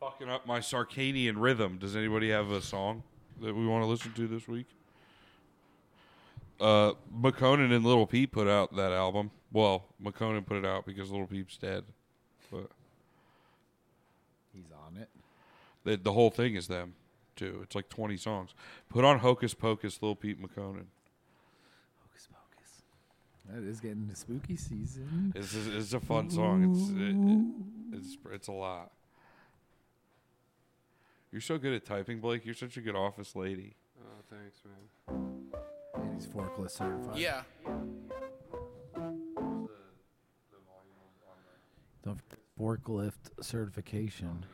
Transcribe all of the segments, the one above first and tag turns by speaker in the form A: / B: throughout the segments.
A: fucking up my Sarcadian rhythm. Does anybody have a song that we want to listen to this week? Uh, McConan and Little Peep put out that album. Well, McConan put it out because Little Peep's dead, but
B: He's on it.
A: the, the whole thing is them too. It's like twenty songs. Put on Hocus Pocus, Little Peep, McConan.
B: Hocus pocus. That is getting to spooky season.
A: It's it's, it's a fun song. It's it, it, it's it's a lot. You're so good at typing, Blake. You're such a good office lady.
C: Oh, thanks, man.
B: And he's forklift certified.
D: Yeah.
B: The forklift certification.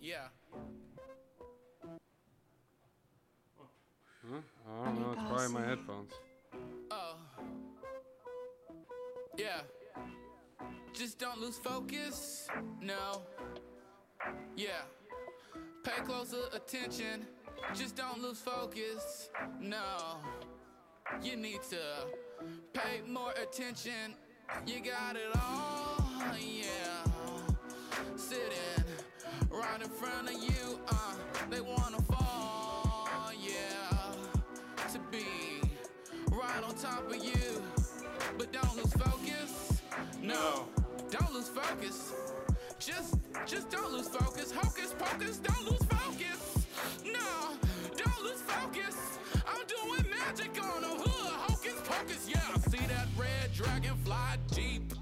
D: Yeah.
C: I don't know. It's probably my headphones.
D: Oh. Yeah. Just don't lose focus. No. Yeah. Pay closer attention. Just don't lose focus. No. You need to pay more attention. You got it all. Yeah. Sitting right in front of you. Uh, they wanna fall. Yeah to be right on top of you. But don't lose focus. No, don't lose focus. Just, just don't lose focus. Hocus pocus, don't lose focus. No, don't lose focus. I'm doing magic on the hood. Hocus pocus, yeah. I see that red dragonfly jeep.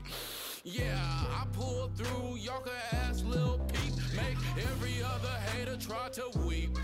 D: Yeah, I pulled through Yorker ass Lil Peep. Make every other hater try to weep.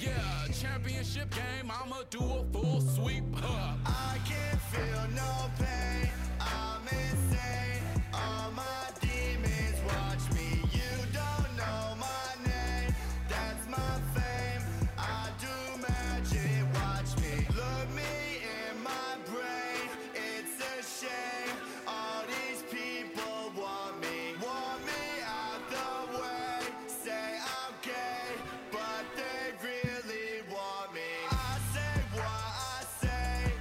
D: Yeah, championship game, I'ma do a full sweep. Huh.
E: I can't feel no pain. I'm insane. All my demons watch me. You don't know my name. That's my fame. I do magic. Watch me. Look me in my brain. It's a shame. All these people want me. Want me out the way. Say I'm gay, but they really want me. I say what I say,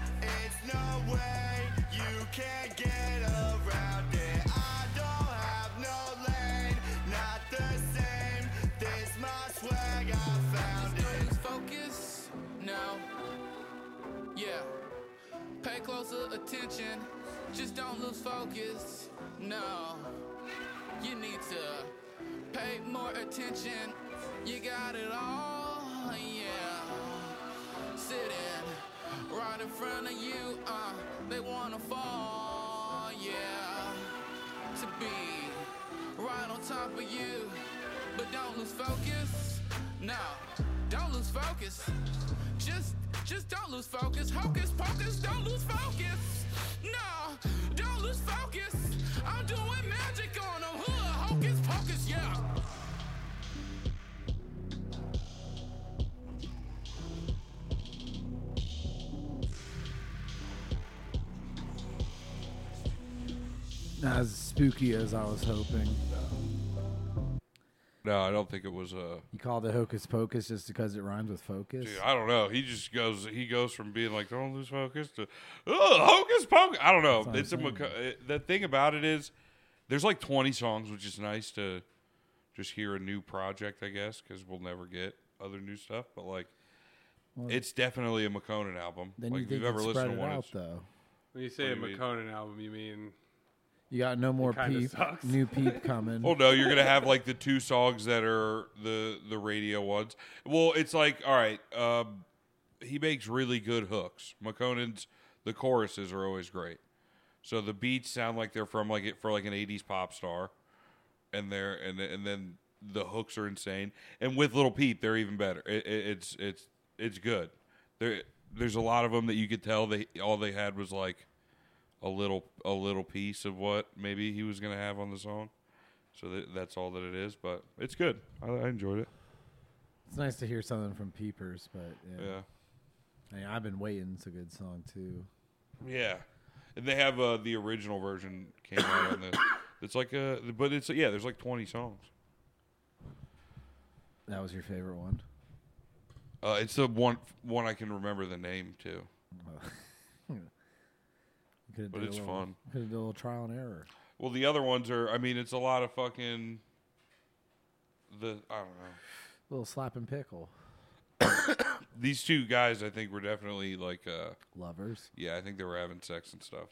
E: it's no way you can get around it. I don't have no lane, not the same. This my swag, I found it.
D: Don't lose focus. No. Yeah. Pay closer attention. Just don't lose focus. No. You need to pay more attention. You got it all. Yeah. Sitting right in front of you. Uh, they wanna fall. Yeah. To be right on top of you. But don't lose focus. No, don't lose focus. Just, just don't lose focus. Hocus pocus, don't lose focus. No, don't lose focus. I'm doing magic on a hood. Hocus pocus, yeah.
B: Not as spooky as I was hoping.
A: No, I don't think it was a.
B: You called it hocus pocus just because it rhymes with focus?
A: Dude, I don't know. He just goes. He goes from being like don't lose focus to oh hocus pocus. I don't know.
B: what
A: It's a
B: I'm saying.
A: Maco- it- the thing about it is there's like 20 songs, which is nice to just hear a new project, I guess, because we'll never get other new stuff. But like, it's definitely a McConan album.
B: then
A: like
B: you
A: if
B: think
A: you've ever
B: it's spread
A: listened to
B: it
A: one,
B: out,
A: it's-
B: though.
C: When you say a
A: do you mean?
C: McConan album, you mean
B: You got no more
C: kinda
B: peep,
C: sucks.
B: new peep coming.
A: Well, Oh, no, you're gonna have like the two songs that are the the radio ones. Well, it's like all right. Um, he makes really good hooks. McConan's the choruses are always great. So the beats sound like they're from like it for like an '80s pop star, and they're and and then the hooks are insane. And with Little Peep, they're even better. It, it, it's it's it's good. There there's a lot of them that you could tell they all they had was like a little a little piece of what maybe he was gonna have on the song. So th- that's all that it is, but it's good. I, I enjoyed it.
B: It's nice to hear something from peepers, but yeah.
A: Yeah,
B: I mean, I've been waiting. It's a good song, too.
A: yeah. And they have uh, the original version came out on this. It's like a, but it's yeah. There's like 20 songs.
B: That was your favorite one.
A: Uh, it's the one one I can remember the name to.
B: You could've
A: But
B: did a
A: it's
B: little-
A: fun.
B: Could have done a little trial and error.
A: Well, the other ones are. I mean, it's a lot of fucking. The I don't know.
B: Little slap and pickle.
A: These two guys, I think, were definitely like, uh,
B: Lovers.
A: yeah, I think they were having sex and stuff.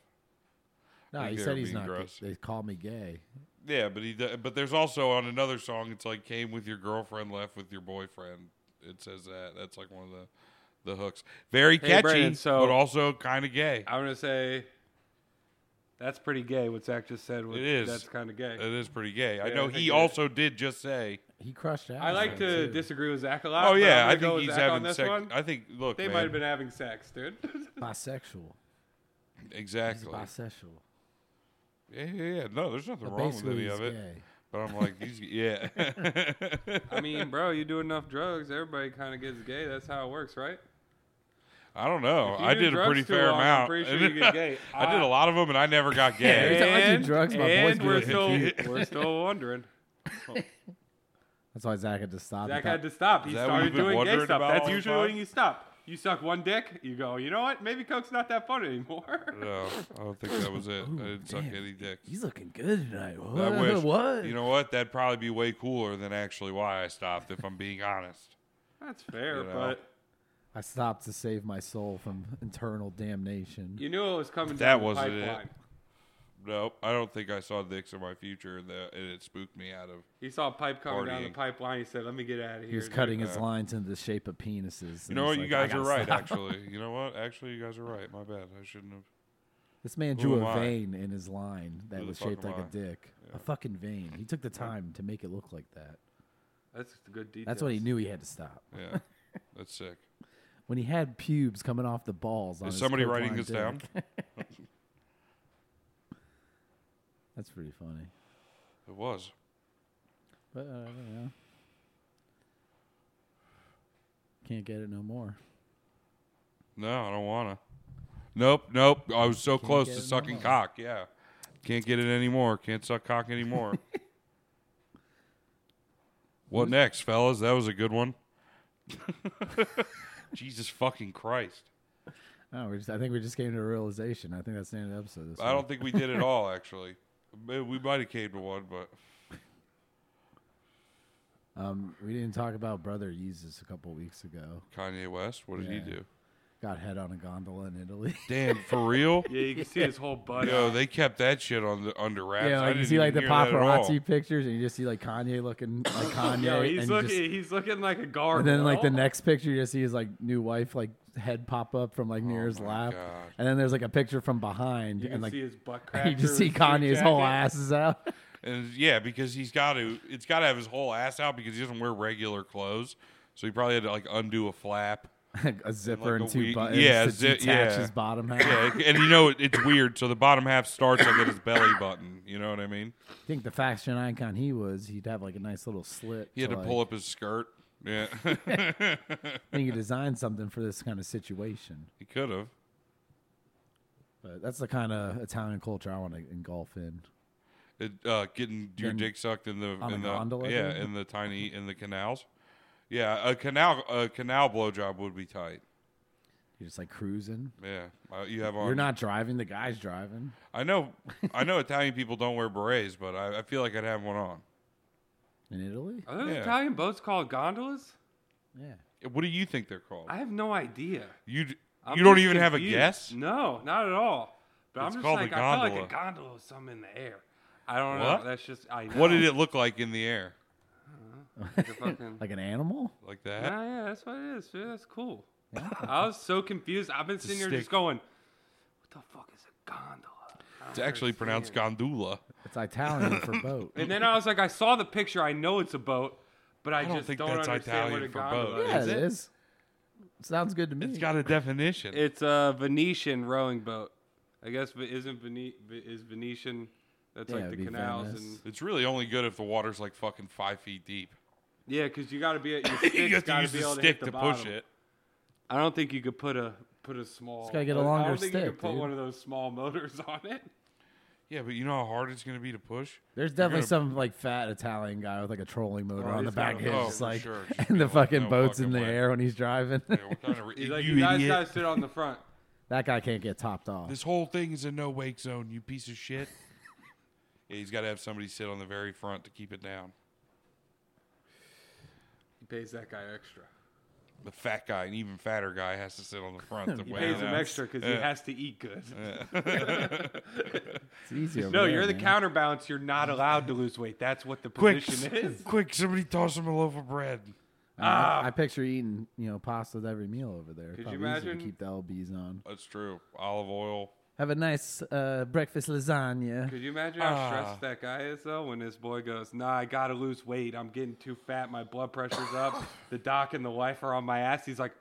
B: No,
A: Like
B: he
A: they were
B: said he's
A: being
B: not. gay.
A: gross.
B: They call me gay.
A: Yeah, but he. d- But there's also on another song. It's like came with your girlfriend, left with your boyfriend. It says that. That's like one of the, the hooks. Very
C: Hey,
A: catchy,
C: Brandon, so-
A: but also kind of gay.
C: I'm gonna say that's pretty gay. What Zach just said. Was,
A: It is.
C: That's kind of gay.
A: It is pretty gay. I
C: Yeah,
A: know
C: I
A: he
C: think it-
A: also did just say,
B: He crushed out.
C: I
B: on
C: like
B: her,
C: to
B: too.
C: disagree with Zach a
A: "Oh
C: lot. Uh, but
A: yeah, I
C: I'm gonna go
A: think
C: with
A: he's
C: Zach on
A: having
C: this
A: sex."
C: one.
A: I think look,
C: They
A: man,
C: might have been having sex, dude.
B: bisexual. He's
A: exactly.
B: bisexual.
A: Yeah, yeah, yeah. No, there's nothing
B: But
A: wrong with
B: basically,
A: any
B: he's
A: of it.
B: gay.
A: But I'm like, these, yeah.
C: I mean, bro, you do enough drugs, everybody kind of gets gay. That's how it works, right?
A: I don't know.
C: If you
A: I
C: do
A: did a
C: drugs
A: pretty
C: too
A: fair
C: long, I'm
A: amount.
C: pretty sure you get gay.
A: I did a
C: Ah.
A: lot of them, and I never got
B: Every
A: gay.
B: time I do
C: And-
B: drugs, my boys
C: and
B: get
C: we're still
B: confused.
C: we're still wondering.
B: That's why Zach had to stop.
C: Zach
B: and
C: had
B: thought-
C: to stop. He
A: Is that what you've
C: started
A: been
C: doing gay
A: wondering
C: stuff.
A: about all
C: That's
A: the
C: usually
A: time?
C: when you stop. You suck one dick, you go, you know what? Maybe Coke's not that fun anymore.
A: no, I don't think that was it. I
B: Ooh,
A: didn't suck
B: man.
A: any dick.
B: He's looking good tonight. What?
A: I wish.
B: What?
A: You know what? That'd probably be way cooler than actually why I stopped, if I'm being honest.
C: That's fair,
A: You know.
C: but
B: I stopped to save my soul from internal damnation.
C: you knew it was coming
A: That
C: down the
A: wasn't it.
C: pipeline.
A: Nope. I don't think I saw dicks in my future, and, that, and it spooked me out of.
C: He saw a pipe coming down the
A: Partying.
C: pipeline. He said, "Let me get out of here."
B: he was
C: dude."
B: cutting his lines into the shape of penises.
A: You
B: and
A: know what?
B: he's
A: You
B: like,
A: guys
B: I
A: are
B: gotta
A: right,
B: stop.
A: actually. You know what? Actually, you guys are right. My bad. I shouldn't have.
B: This man
A: Who
B: drew
A: am
B: a
A: I?
B: vein in his line that
A: Who the
B: was
A: fuck
B: shaped
A: am
B: like a
A: I?
B: dick. A fucking vein. He took the time to make it look like that.
C: That's the good detail.
B: That's when he knew he had to stop.
A: Yeah. That's sick.
B: When he had pubes coming off the balls. On
A: Is
B: his
A: somebody
B: Coke
A: writing
B: line
A: this
B: dick.
A: down?
B: That's pretty funny.
A: It was.
B: But uh, yeah. Can't get it no more.
A: No, I don't wanna. Nope, nope. I was so close
B: get
A: to
B: it no
A: sucking
B: more.
A: cock. Yeah, can't get it anymore. Can't suck cock anymore. what next, fellas? That was a good one. Jesus fucking Christ!
B: No, Oh, we just, I think we just came to a realization. I think that's the end of the episode. This
A: I don't think we did it all. Actually, Maybe we might have came to one, but
B: Um, we didn't talk about brother uses a couple weeks ago.
A: Kanye West. What did he
B: Yeah.
A: do?
B: Got head on a gondola in Italy.
A: Damn, for real?
C: Yeah, you can see his whole butt.
A: Yo,
C: out.
A: they kept that shit on the under wraps.
B: yeah,
A: I
B: like you
A: didn't
B: see like
A: even
B: the
A: hear that at all.
B: paparazzi pictures, and you just see like Kanye looking like Kanye,
C: Yo, he's
B: and,
C: looking.
B: you just,
C: he's looking like a guard.
B: and then like the next picture, you just see his like new wife like head pop up from like near his
A: Oh my
B: lap,
A: God.
B: and then there's like a picture from behind,
C: you can
B: and like
C: see his butt crack.
B: you just
C: through
B: see
C: his suit
B: Kanye's whole
C: jacket.
B: ass is out.
A: And yeah, because he's got to, it's got to have his whole ass out because he doesn't wear regular clothes. So he probably had to like undo a flap.
B: a zipper
A: Like a
B: and two
A: wee-
B: buttons
A: yeah,
B: to
A: zi-
B: detach
A: yeah.
B: his bottom half.
A: Yeah, and you know it, it's weird. So the bottom half starts like at his belly button. You know what I mean?
B: I think the fashion icon he was, he'd have like a nice little slit.
A: He had to
B: like,
A: pull up his skirt. Yeah,
B: I think he designed something for this kind of situation.
A: he could have.
B: But that's the kind of Italian culture I want to engulf in.
A: It, uh, getting your
B: Then
A: dick sucked in the
B: on
A: in
B: a
A: the
B: gondola,
A: yeah
B: dude?
A: in the tiny in the canals. Yeah, a canal a canal blowjob would be tight.
B: You're just like cruising.
A: Yeah, Uh, you have on.
B: You're not driving. The guy's driving.
A: I know. I know Italian people don't wear berets, but I, I feel like I'd have one on.
B: In Italy?
C: Are those
A: Yeah.
C: Italian boats called gondolas?
B: Yeah.
A: What do you think they're called?
C: I have no idea.
A: You d-
C: I'm
A: you don't
C: just
A: even have a
C: confused.
A: guess?
C: No, not at all.
A: It's
C: But I'm just
A: called a
C: like I feel like
A: gondola.
C: a gondola is something in the air. I don't
A: What?
C: know. That's just I. Know.
A: What did it look like in the air?
C: It's a fucking-
B: Like an animal?
A: Like that?
C: yeah, yeah, that's what it is. Dude. That's cool. I was so confused. I've been sitting here
A: stick.
C: just going, "What the fuck is a gondola?" I
A: It's
C: don't
A: actually pronounced
C: understand.
A: gondola.
B: It's Italian for boat.
C: And then I was like, I saw the picture. I know it's a boat, but I,
A: don't
C: just
A: think
C: don't
A: that's
C: understand
A: Italian
C: what a
A: for
C: gondola
A: boat.
B: yeah,
C: is.
B: it is. Sounds good to me.
A: It's got a definition.
C: It's a Venetian rowing boat. I guess but isn't Vene- is Venetian? That's
B: Yeah,
C: like the
B: it'd be
C: canals
B: Venice.
C: and
A: it's really only good if the water's like fucking five feet deep.
C: yeah, because you got to be at your stick's
A: you have to
C: gotta
A: use
C: be
A: the
C: able to hit
A: stick
C: the
A: to push
C: bottom.
A: it.
C: I don't think you could put a put a small.
B: gotta get a
C: I
B: longer
C: don't think you
B: stick,
C: could put
B: dude.
C: one of those small motors on it.
A: Yeah, but you know how hard it's going to be to push?
B: There's definitely
A: gonna-
B: some like fat Italian guy with like a trolling motor on the
C: he's
B: back
C: got
B: of
C: a-
B: his,
A: oh,
B: just,
A: for
B: like,
A: sure. Just be
B: and the
A: like,
B: fucking
A: no
B: boat's
A: fucking
B: in the
A: way.
B: air when he's driving.
A: Yeah, what kind of re-
C: He's like,
A: you
C: you, guys
A: idiot.
C: gotta sit on the front.
B: that guy can't get topped off.
A: This whole thing is a no wake zone, you piece of shit. Yeah, he's got to have somebody sit on the very front to keep it down.
C: He pays that guy extra.
A: The fat guy, an even fatter guy, has to sit on the front. to
B: He
C: He
A: weigh
C: pays
A: it
C: him
A: out.
C: extra because he has to eat good.
B: It's easy. over
C: No,
B: there,
C: you're the
B: man.
C: counterbalance. You're not allowed to lose weight. That's what the
A: Quick,
C: position is.
A: quick! Somebody toss him a loaf of bread.
B: I- I, picture eating, you know, pasta with every meal over there.
C: you
B: Probably easier
C: imagine?
B: To keep the lbs on.
A: That's true. Olive oil.
B: Have a nice uh, breakfast lasagna.
C: Could you imagine how
A: Ah.
C: stressed that guy is though when his boy goes, "Nah, I gotta lose weight. I'm getting too fat. My blood pressure's up. The doc and the wife are on my ass." He's like,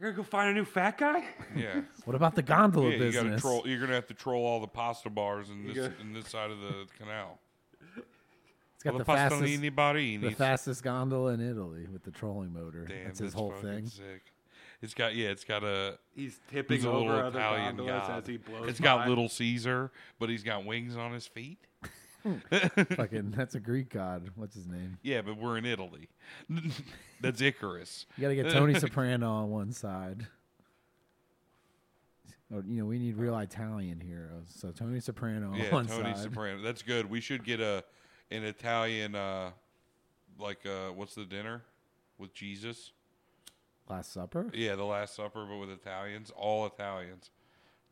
C: "I gotta go find a new fat guy."
A: Yeah,
B: What about the gondola
A: yeah. You got to
B: business?
A: troll. You're gonna have to troll all the pasta bars in this
C: got-
A: in this side of the canal.
B: It's got
A: Well, the
B: the fastest,
A: pastellini
B: the
A: barini.
B: fastest gondola in Italy with the trolling motor.
A: Damn,
B: that's his whole
A: fucking
B: thing.
A: Sick. It's got yeah. It's got a.
C: He's tipping
A: he's a
C: over
A: little
C: other
A: Italian
C: gondolas
A: god.
C: as he blows.
A: It's got
C: by.
A: little Caesar, but he's got wings on his feet.
B: Fucking, that's a Greek god. What's his name?
A: Yeah, but we're in Italy. That's Icarus.
B: You got to get Tony Soprano on one side. Or, you know, we need real Italian heroes. So Tony Soprano on
A: Yeah,
B: one
A: Tony
B: side.
A: Soprano. That's good. We should get a an Italian uh like uh what's the dinner with Jesus?
B: Last Supper
A: Yeah, the Last Supper but with Italians, all Italians.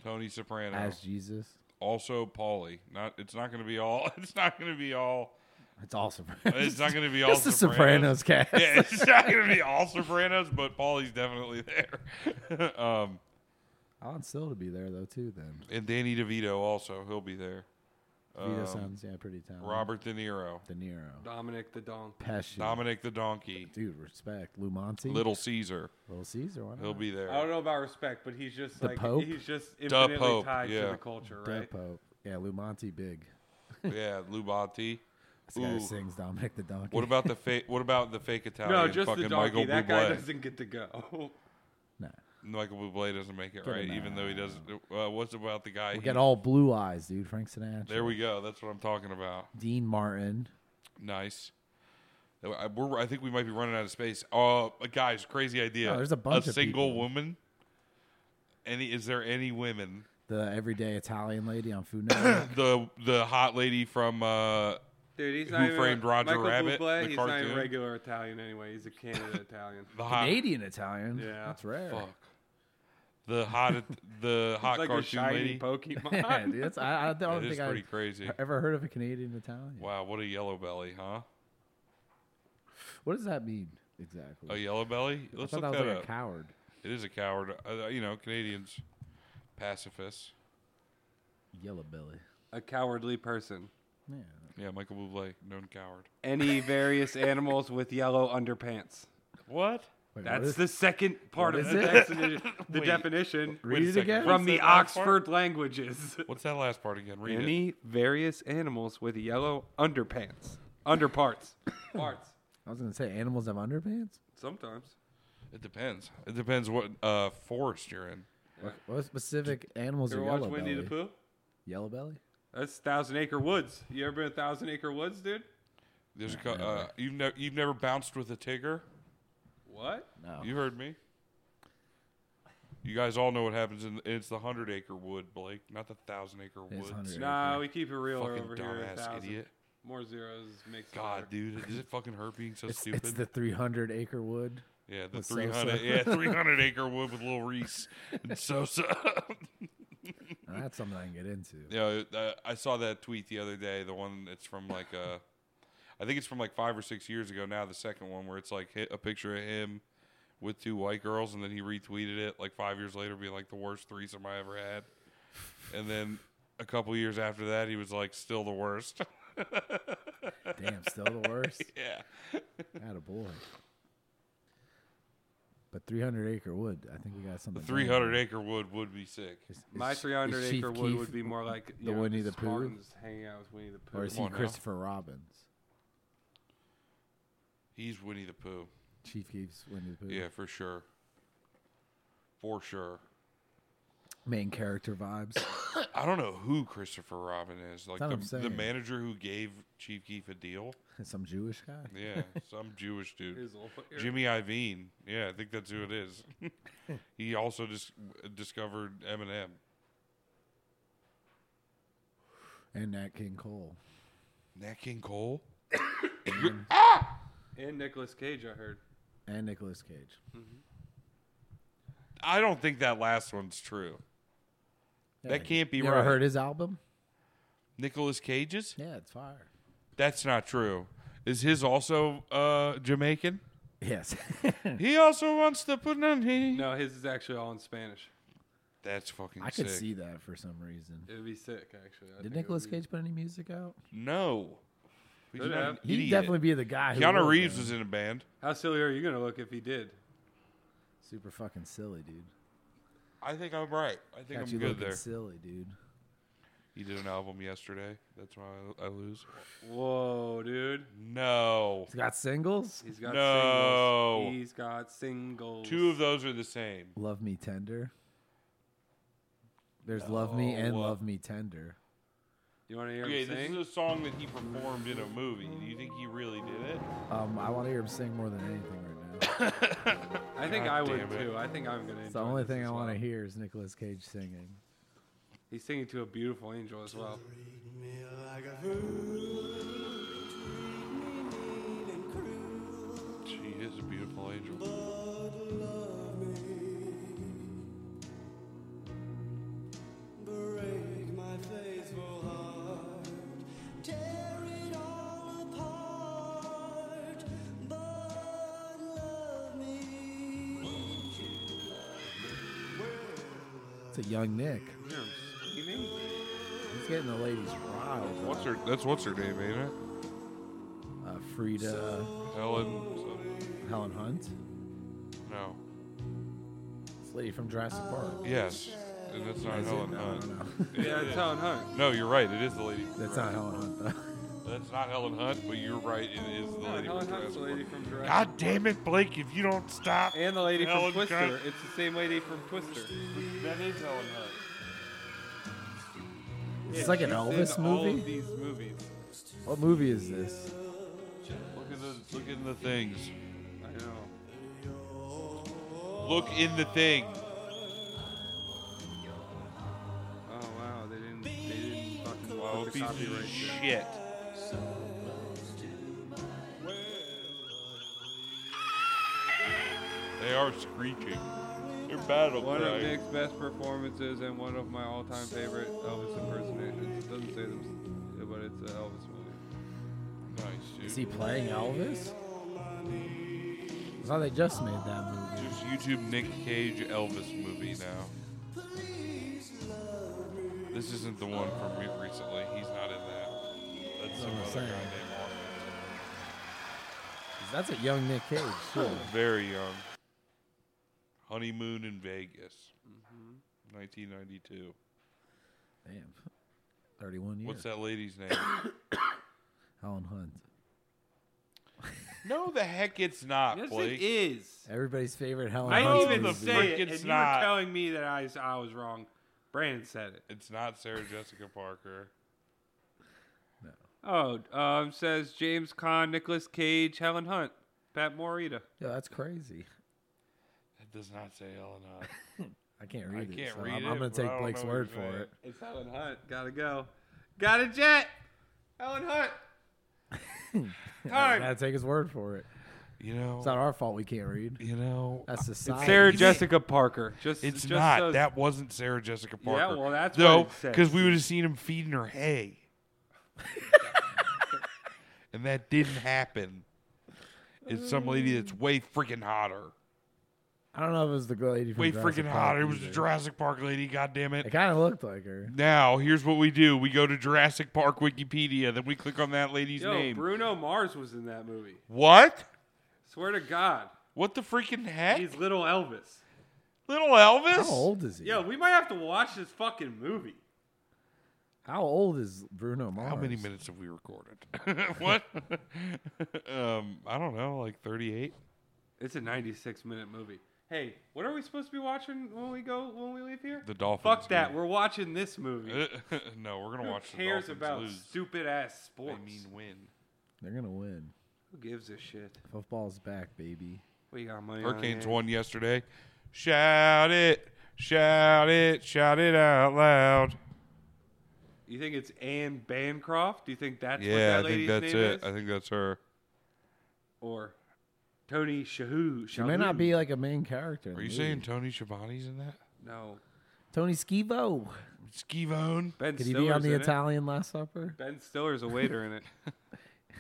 A: Tony Soprano.
B: as Jesus.
A: also Paulie. Not it's not going to be all it's not going to be all
B: It's all Soprano.
A: it's not going to be all
B: It's the Sopranos cast.
A: yeah, it's not going to be all Sopranos, but Paulie's definitely there. um
B: I want Still to be there though too. Then
A: and Danny DeVito also, he'll be there.
B: Vito
A: Um,
B: sounds yeah pretty talented.
A: Robert De Niro,
B: De Niro,
C: Dominic the Donk.
B: Pesci,
A: Dominic the Donkey,
B: dude, respect. Lou Monte,
A: Little Caesar.
B: Little Caesar, why not?
A: He'll be there.
C: I don't know about respect, but he's just
B: The
C: like
B: Pope?
C: he's just infinitely
A: Pope,
C: tied to
A: yeah.
C: the culture,
B: Duh,
C: right?
B: Pope. Yeah, Lou Monte, big.
A: Yeah, Lubati.
B: This guy
A: Ooh.
B: who sings Dominic the Donkey.
A: What about the fake? What about the fake Italian?
C: No, just
A: Oh, fucking
C: the donkey.
A: Michael
C: That
A: Bublé.
C: guy doesn't get to go.
B: Nah.
A: Michael Bublé doesn't make it
B: Get
A: right,
B: him
A: even though he doesn't. Uh, what's about the guy?
B: We
A: he-
B: got all blue eyes, dude. Frank Sinatra.
A: there we go. That's what I'm talking about.
B: Dean Martin.
A: Nice. Uh, I, we're, I think we might be running out of space. Uh, guys, crazy idea.
B: No, Oh, there's a bunch
A: A
B: of
A: single
B: people.
A: woman. Any? Is there any women?
B: The everyday Italian lady on Food Network.
A: The the hot lady from uh,
C: Dude, he's
A: Who
C: not even
A: Framed Roger
C: Michael
A: Rabbit,
C: Bublé,
A: the
C: he's not
A: cartoon?
C: even regular Italian anyway. He's a Canada Italian.
A: the hot
B: Canadian Italian.
C: Yeah.
B: That's rare.
A: Uh, fuck. The hot the hot
C: He's like a
A: cartoon
C: shiny
A: lady.
B: Yeah,
C: Pokemon.
B: dude, that's, I, I don't
A: It is
B: think
A: pretty
B: I've
A: crazy.
B: ever heard of a Canadian Italian.
A: Wow, what a yellow belly, huh?
B: What does that mean exactly?
A: A yellow belly?
B: I
A: Oh, Let's
B: thought
A: look
B: that
A: that,
B: was like
A: up.
B: a coward.
A: it is a coward. Uh, you know, Canadians, pacifists.
B: Yellow belly.
C: a cowardly person.
B: Yeah.
A: Yeah, Michael Bublé, known coward.
C: Any various animals with yellow underpants.
A: What?
B: Wait, what
C: That's
B: is-
C: the second part
B: what
C: of
B: is
C: the,
B: it?
C: defini- the
A: Wait.
C: definition
A: Wait a
B: Read it
A: second.
B: again.
A: What's
C: from the
A: that last part?
C: Oxford languages.
A: What's that last part again? Read it.
C: Any various animals with yellow underpants. Underparts. Parts.
B: I was gonna say animals have underpants.
C: Sometimes.
A: It depends. It depends what uh, forest you're in.
B: What, what specific animals
C: You
B: are
C: ever
B: yellow
C: watch Winnie
B: belly?
C: the Pooh?
B: Yellow belly?
C: That's Thousand Acre Woods. You ever been to Thousand Acre Woods, dude?
A: There's a co- uh, you've ne- you've never bounced with a tigger.
C: What?
B: No.
A: You heard me. You guys all know what happens in it's the hundred acre wood, Blake, not the thousand acre
B: It's
A: woods.
B: 100.
C: Nah, we keep it real
A: Fucking
C: over here.
A: dumbass
C: 1,000.
A: idiot.
C: More zeros makes it
A: God,
C: better.
A: dude, is it fucking hurt being so
B: it's,
A: stupid?
B: it's the 300 acre wood.
A: Yeah, the
B: With
A: three hundred.
B: Sosa.
A: Yeah, three hundred acre wood with little Reese and Sosa.
B: Now, that's something I can get into.
A: yeah, uh, I saw that tweet the other day. The one that's from like uh, I think it's from like five or six years ago now. The second one where it's like hit a picture of him with two white girls, and then he retweeted it like five years later, being like the worst threesome I ever had. And then a couple years after that, he was like still the worst.
B: Damn, still the worst.
A: yeah,
B: Had a boy. But 300 acre wood, I think we got something.
A: three hundred acre wood would be sick.
B: Is- is-
C: My
B: is
C: 300
B: Chief
C: acre wood
B: Keef-
C: would be more like you
B: the
C: know,
B: Winnie the Pooh?
C: Spartans hanging out with Winnie the Pooh.
B: Or is
A: Come
B: he
A: on now.
B: Christopher Robbins?
A: He's Winnie the Pooh.
B: Chief Keef's Winnie the Pooh.
A: Yeah, for sure. For sure.
B: Main character vibes.
A: I don't know who Christopher Robin is. Like
B: That's what
A: the,
B: I'm
A: the
B: saying.
A: manager who gave Chief Keef a deal.
B: Some Jewish guy.
A: Yeah, some Jewish dude.
C: His old-
A: Jimmy Iovine. Yeah, I think that's who it is. he also just discovered Eminem.
B: and Nat King Cole.
A: Nat King Cole.
C: And Nicolas Cage, I heard.
B: And Nicolas Cage.
A: I don't think that last one's true. That can't be
B: you
A: right.
B: Ever heard his album?
A: Nicholas Cage's?
B: Yeah, it's fire.
A: That's not true. Is his also uh, Jamaican?
B: Yes.
A: He also wants to put on he.
C: No, his is actually all in Spanish.
A: That's fucking
B: I
A: sick.
B: could see that for some reason.
C: It would be sick, actually. I
B: Did
C: think it would
B: Nicolas
C: be-
B: Cage put any music out?
A: No. He's
C: Could
A: not
C: have.
A: an
B: He'd
A: idiot.
B: definitely be the guy. Who
A: Keanu
B: would,
A: Reeves
B: though.
A: was in a band.
C: How silly are you going to look if he did?
B: super fucking silly, dude.
A: I think I'm right. I think
B: Got
A: I'm
B: you
A: good
B: looking
A: there.
B: silly, dude.
A: He did an album yesterday. That's why I, I lose.
C: Whoa, dude.
A: No.
B: He's got singles.
C: He's got
A: No.
C: singles. He's got singles.
A: Two of those are the same.
B: Love Me Tender. There's Love Me and
A: No.
B: Love Me Tender.
C: You want to hear
A: Okay,
C: him
A: this
C: sing?
A: is a song that he performed in a movie. Do you think he really did it?
B: Um, I want to hear him sing more than anything right now.
C: I think
A: God
C: I would,
A: damn it.
C: too. I think I'm going to enjoy
B: It's the only
C: this
B: thing
C: as
B: I want
C: well.
B: to hear is Nicolas Cage singing.
C: He's singing to a beautiful angel as well.
A: She is a beautiful angel.
F: Break my faithful heart, tear it all apart, but love me.
B: It's a young Nick.
C: Hear him screaming?
B: He's getting the ladies riled.
A: What's her? That's what's her name, ain't it?
B: Uh, Frida,
A: Helen.
B: Helen Hunt,
A: No.
B: this lady from Jurassic Park.
A: Yes. And that's not
B: Is it?
A: Helen
B: No,
A: Hunt.
B: no, no.
C: Yeah, it's Helen Hunt.
A: No, you're right. It is the lady.
B: That's not Helen Hunt though.
A: That's not Helen Hunt, but you're right. It is the
C: No,
A: lady.
C: Helen
A: from
C: Hunt's the
A: Jurassic
C: lady from Jurassic
A: God damn it, Blake! If you don't stop,
C: And the lady
A: Helen
C: from Twister.
A: Hunt-
C: It's the same lady from Twister.
A: that is Helen Hunt.
B: It's like an
C: she's
B: Elvis
C: in All of
B: movie?
C: these movies.
B: What movie is this?
A: Look at the look in the things.
C: I know.
A: Look in the thing.
C: Oh wow, they didn't. They didn't fucking
A: Oh,
C: blow the
A: piece of
C: copyright. shit.
A: shit. They are screeching. They're battle
C: One of
A: crying.
C: Nick's best performances and one of my all-time favorite Elvis impersonations. It doesn't say them, but it's an Elvis movie.
A: Nice,
B: Is
A: dude.
B: he playing Elvis? No, they just made that movie.
A: Just YouTube Nick Cage Elvis movie now. This isn't the one from re- recently. He's not in that. That's some
B: That's what
A: other
B: I'm
A: guy
B: saying.
A: named Austin.
B: That's a young Nick Cage. Too.
A: Very young. Honeymoon in Vegas. 1992.
B: Damn, 31 years.
A: What's that lady's name?
B: Helen Hunt.
A: no, the heck it's not,
C: Yes,
A: Blake.
C: it is.
B: Everybody's favorite Helen
C: I
B: Hunt.
C: didn't even
A: the
C: say
A: frick
C: it,
A: it's
C: and you
A: not.
C: were telling me that I, s- I was wrong. Brandon said it.
A: It's not Sarah Jessica Parker.
C: Oh, um, says James Caan, Nicolas Cage, Helen Hunt, Pat Morita.
B: Yeah, that's crazy.
A: That does not say Helen Hunt.
B: I can't read it.
A: can't
B: so
A: read
B: I'm,
A: it,
B: I'm gonna
A: but I
B: take
A: don't
B: Blake's
A: know what
B: word
A: he's
B: for
A: saying.
B: it.
C: It's Helen Hunt. Gotta go. Got a jet. Helen Hunt.
B: I
C: Time.
B: gotta take his word for it.
A: You know.
B: It's not our fault we can't read.
A: you know.
B: That's society.
C: Sarah
A: You
C: Jessica Parker. Just
A: It's
C: just
A: not.
C: So
A: that wasn't Sarah Jessica Parker.
C: well, that's what
A: no,
C: it says.
A: because we would have seen him feeding her hay, and that didn't happen. It's some lady that's way freaking hotter,
B: I don't know if it was the lady from
A: way
B: Jurassic
A: freaking
B: Park
A: hotter. It was
B: either.
A: the Jurassic Park lady. God damn
B: It
A: it!
B: kind of looked like her.
A: Now here's what we do: we go to Jurassic Park Wikipedia, then we click on that lady's
C: Yo,
A: name.
C: Bruno Mars was in that movie.
A: what?
C: Swear to God,
A: What the freaking heck?
C: he's little Elvis.
A: Little Elvis?
B: How old is he?
C: Yo, we might have to watch this fucking movie.
B: How old is Bruno Mars?
A: How many minutes have we recorded? what? um, I don't know, like 38.
C: It's a 96 minute movie. Hey, what are we supposed to be watching when we go when we leave here?
A: The Dolphins.
C: Fuck that. We're watching this movie.
A: Uh, no, we're gonna
C: Who
A: watch.
C: cares
A: the Dolphins
C: about
A: lose.
C: stupid ass sports?
A: I mean, win.
B: They're gonna win.
C: who gives a shit?
B: Football's back, baby.
C: We got money.
A: Hurricanes
C: on
A: won yesterday. Shout it! Shout it! Shout it out loud!
C: You think it's Anne Bancroft? Do you think that's what
A: yeah,
C: that
A: I think
C: lady's
A: that's
C: name
A: it.
C: is?
A: I think that's her.
C: or Tony Shahu.
B: She may not
C: Shalhoub.
B: be like a main character.
A: Are
B: in the
A: you
B: movie.
A: saying Tony Schiavone's in that?
C: No.
B: Tony Schivo?
A: Skivone?
C: Ben
B: Could he
C: Stiller's
B: be on the
C: in it.
B: Italian Last Supper
C: Ben Stiller's a waiter in it.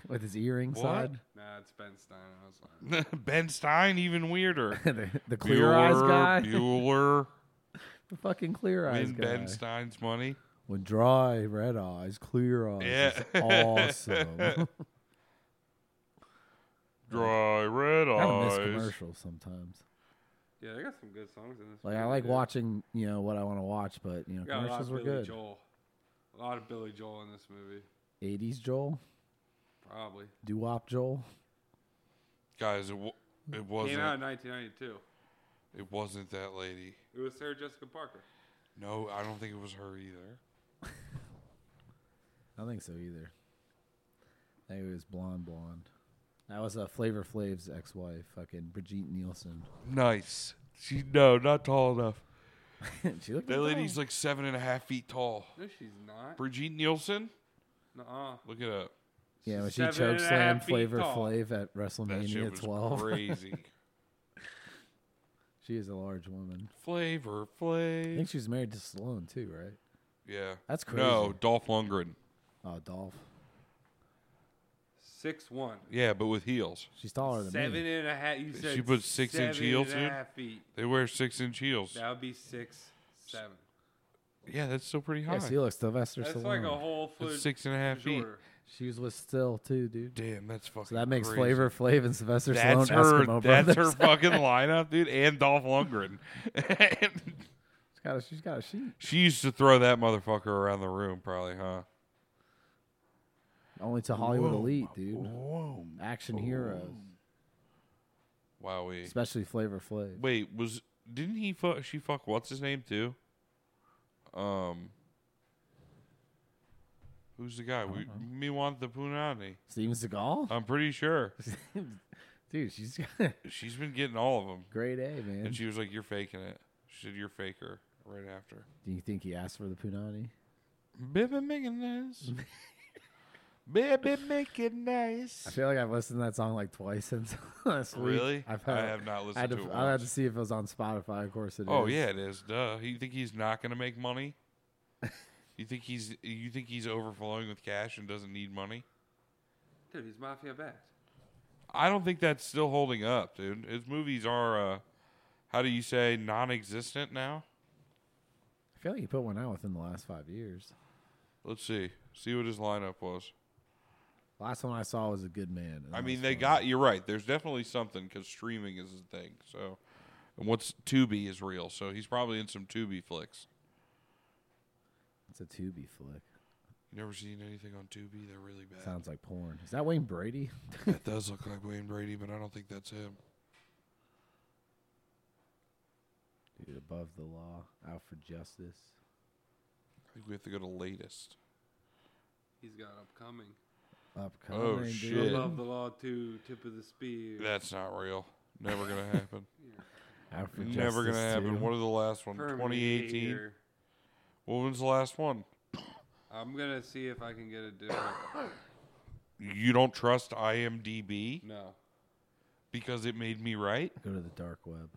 B: with his earrings
A: What?
B: on?
C: Nah, it's Ben Stein. I was lying.
A: ben Stein, even weirder.
B: the, the clear eyes guy,
A: Bueller,
B: the fucking clear eyes
A: win
B: guy.
A: Ben Stein's money.
B: When dry red eyes, clear eyes.
A: Yeah.
B: is awesome. I
A: Dry red
B: gotta miss
A: eyes.
B: commercials sometimes.
C: Yeah, they got some good songs in this.
B: Like I
C: movie,
B: like
C: dude.
B: watching, you know, what I want to watch, but you know,
C: We Got a lot
B: commercials
C: of
B: were
C: Billy
B: good.
C: Joel. A lot of Billy Joel in this movie,
B: 80s Joel,
C: probably.
B: doo wop Joel.
A: Guys, it, w- it
C: Came out
A: wasn't.
C: in 1992.
A: It wasn't that lady.
C: It was Sarah Jessica Parker.
A: No, I don't think it was her either.
B: I don't think so either. I think it was blonde, blonde. That was uh, Flavor Flav's ex-wife, fucking Brigitte Nielsen.
A: Nice. She no, not tall enough.
B: she looked.
A: That
B: good.
A: lady's like seven and a half feet tall.
C: No, she's not.
A: Brigitte Nielsen.
C: Nuh-uh.
A: Look it up.
B: yeah, when she
C: seven and a
B: choke
C: half
B: slammed
C: feet
B: Flavor
C: tall.
B: Flav at
A: That shit
B: WrestleMania
A: was
B: 12.
A: crazy.
B: she is a large woman.
A: Flavor,
B: I
A: flavor.
B: think she was married to Stallone too, right?
A: Yeah,
B: That's
A: No,
B: crazy.
A: Dolph Lundgren.
B: Oh, Dolph.
C: Six one.
A: Yeah, but with heels.
B: She's taller than
C: Seven
B: me.
C: and a half. You said
A: She put six-inch
C: seven
A: heels
C: and a
A: in?
C: half feet.
A: They wear six inch heels.
C: That would be six seven.
A: Yeah, that's still pretty high.
B: Yeah, see, look, Sylvester
C: That's
B: Stallone.
C: like a whole foot
A: that's six and a half feet.
C: shorter.
B: she was with Still too, dude.
A: Damn, that's fucking.
B: So that makes
A: crazy.
B: Flavor Flav and Sylvester
A: That's
B: Stallone
A: her.
B: Eskimo
A: That's her
B: brothers.
A: fucking lineup, dude. And Dolph Lundgren.
B: she's, got a, she's got a sheet.
A: she used to throw that motherfucker around the room, probably, huh?
B: Only to Hollywood
A: Whoa.
B: elite, dude.
A: Whoa.
B: Action heroes,
A: Wowee.
B: especially Flavor Flav.
A: Wait, was didn't he fuck? She fuck. What's his name too? Um. Who's the guy? We me want the punani.
B: Steven Seagal,
A: I'm pretty sure
B: dude, she's got
A: she's been getting all of them.
B: grade A, man.
A: And she was like, "You're faking it." She said, "You're faker." Right after.
B: Do you think he asked for the punani?
A: Baby, make it nice. Baby, make it
B: I
A: nice.
B: feel like I've listened to that song like twice since last week.
A: Really?
B: I've
A: I
B: had,
A: have not listened
B: I had
A: to it
B: I had
A: once.
B: to see if it was on Spotify. Of course, it is.
A: Oh yeah, it is. Duh. You think he's not gonna make money? You think he's you think he's overflowing with cash and doesn't need money?
C: Dude, he's mafia backed.
A: I don't think that's still holding up, dude. His movies are, uh, how do you say, non-existent now?
B: I feel like he put one out within the last five years.
A: Let's see, see what his lineup was.
B: Last one I saw was a good man. and
A: I
B: that
A: mean,
B: was
A: they
B: fun.
A: got you're right. There's definitely something because streaming is a thing. So, and what's Tubi is real. So he's probably in some Tubi flicks.
B: It's a Tubi flick.
A: You never seen anything on Tubi? They're really bad.
B: Sounds like porn. Is that Wayne Brady?
A: that does look like Wayne Brady, but I don't think that's him.
B: Dude, above the law, out for justice.
A: I think we have to go to latest.
C: He's got upcoming.
B: Upcoming. dude.
A: Oh, shit. Yeah.
C: Above the law two, tip of the spear.
A: That's not real. Never gonna happen.
B: Out for
A: Never
B: justice,
A: gonna happen.
B: too.
A: What are the last one?
C: Terminator.
A: 2018. What was the last one?
C: I'm gonna see if I can get a different.
A: You don't trust IMDb
C: no.
A: because it made me right?
B: Go to the dark web.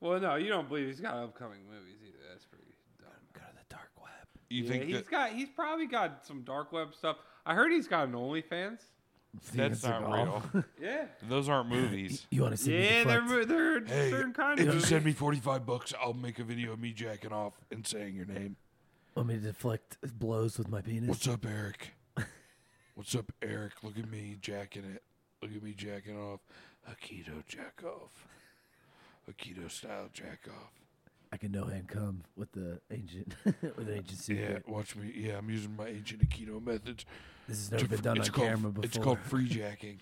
C: Well, no, you don't believe he's got upcoming movies either. That's pretty dumb.
B: Go to the dark web.
A: You
C: yeah,
A: think
C: he's
A: that,
C: got? He's probably got some dark web stuff. I heard he's got an OnlyFans.
A: that's not real?
C: Yeah.
A: Those aren't movies.
B: You want to see me
C: Yeah,
B: get
C: they're
B: fucked?
C: mo- they're certain kind of. movies.
A: me 45 bucks, I'll make a video of me jacking off and saying your name.
B: Want me to deflect blows with my penis?
A: up, Eric? What's up, Eric? Look at me jacking it. Look at me jacking off. Aikido jack off. Aikido style jack off.
B: I can no hand come with the ancient with an ancient
A: Yeah,
B: secret.
A: watch me. Yeah, I'm using my ancient Aikido methods.
B: This has never been done on
A: called,
B: camera before.
A: It's called free jacking.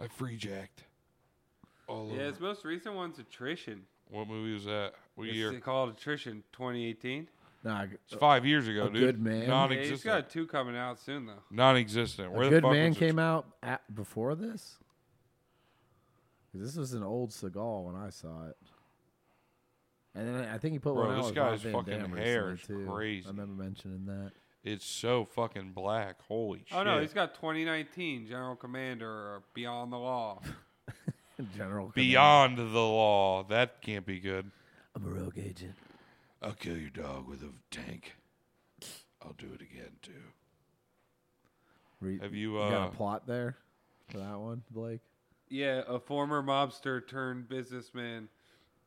A: I free jacked. All over.
C: Yeah, his most recent one's Attrition.
A: What movie was that? What year?
C: It's called Attrition 2018.
B: Nah,
A: It's five years ago,
B: A
A: dude.
B: Good Man.
C: Yeah, he's
A: Non-existent.
C: got two coming out soon though.
A: Non-existent. Where
B: a
A: the
B: good
A: fuck
B: man
A: was it?
B: came out at, before this. 'Cause This was an old Seagal when I saw it, and then I I think he put
A: Bro,
B: one out.
A: this
B: with Rob
A: guy's
B: Van
A: fucking
B: Dam
A: hair
B: recently,
A: is
B: too.
A: crazy.
B: I remember mentioning that.
A: It's so fucking black. Holy shit.
C: Oh no, he's got 2019 General Commander or Beyond the Law.
B: General.
A: Beyond the law. That can't be good.
B: I'm a rogue agent.
A: I'll kill your dog with a tank. I'll do it again too.
B: Re-
A: Have you,
B: got
A: uh,
B: a plot there for that one, Blake?
C: Yeah, a former mobster turned businessman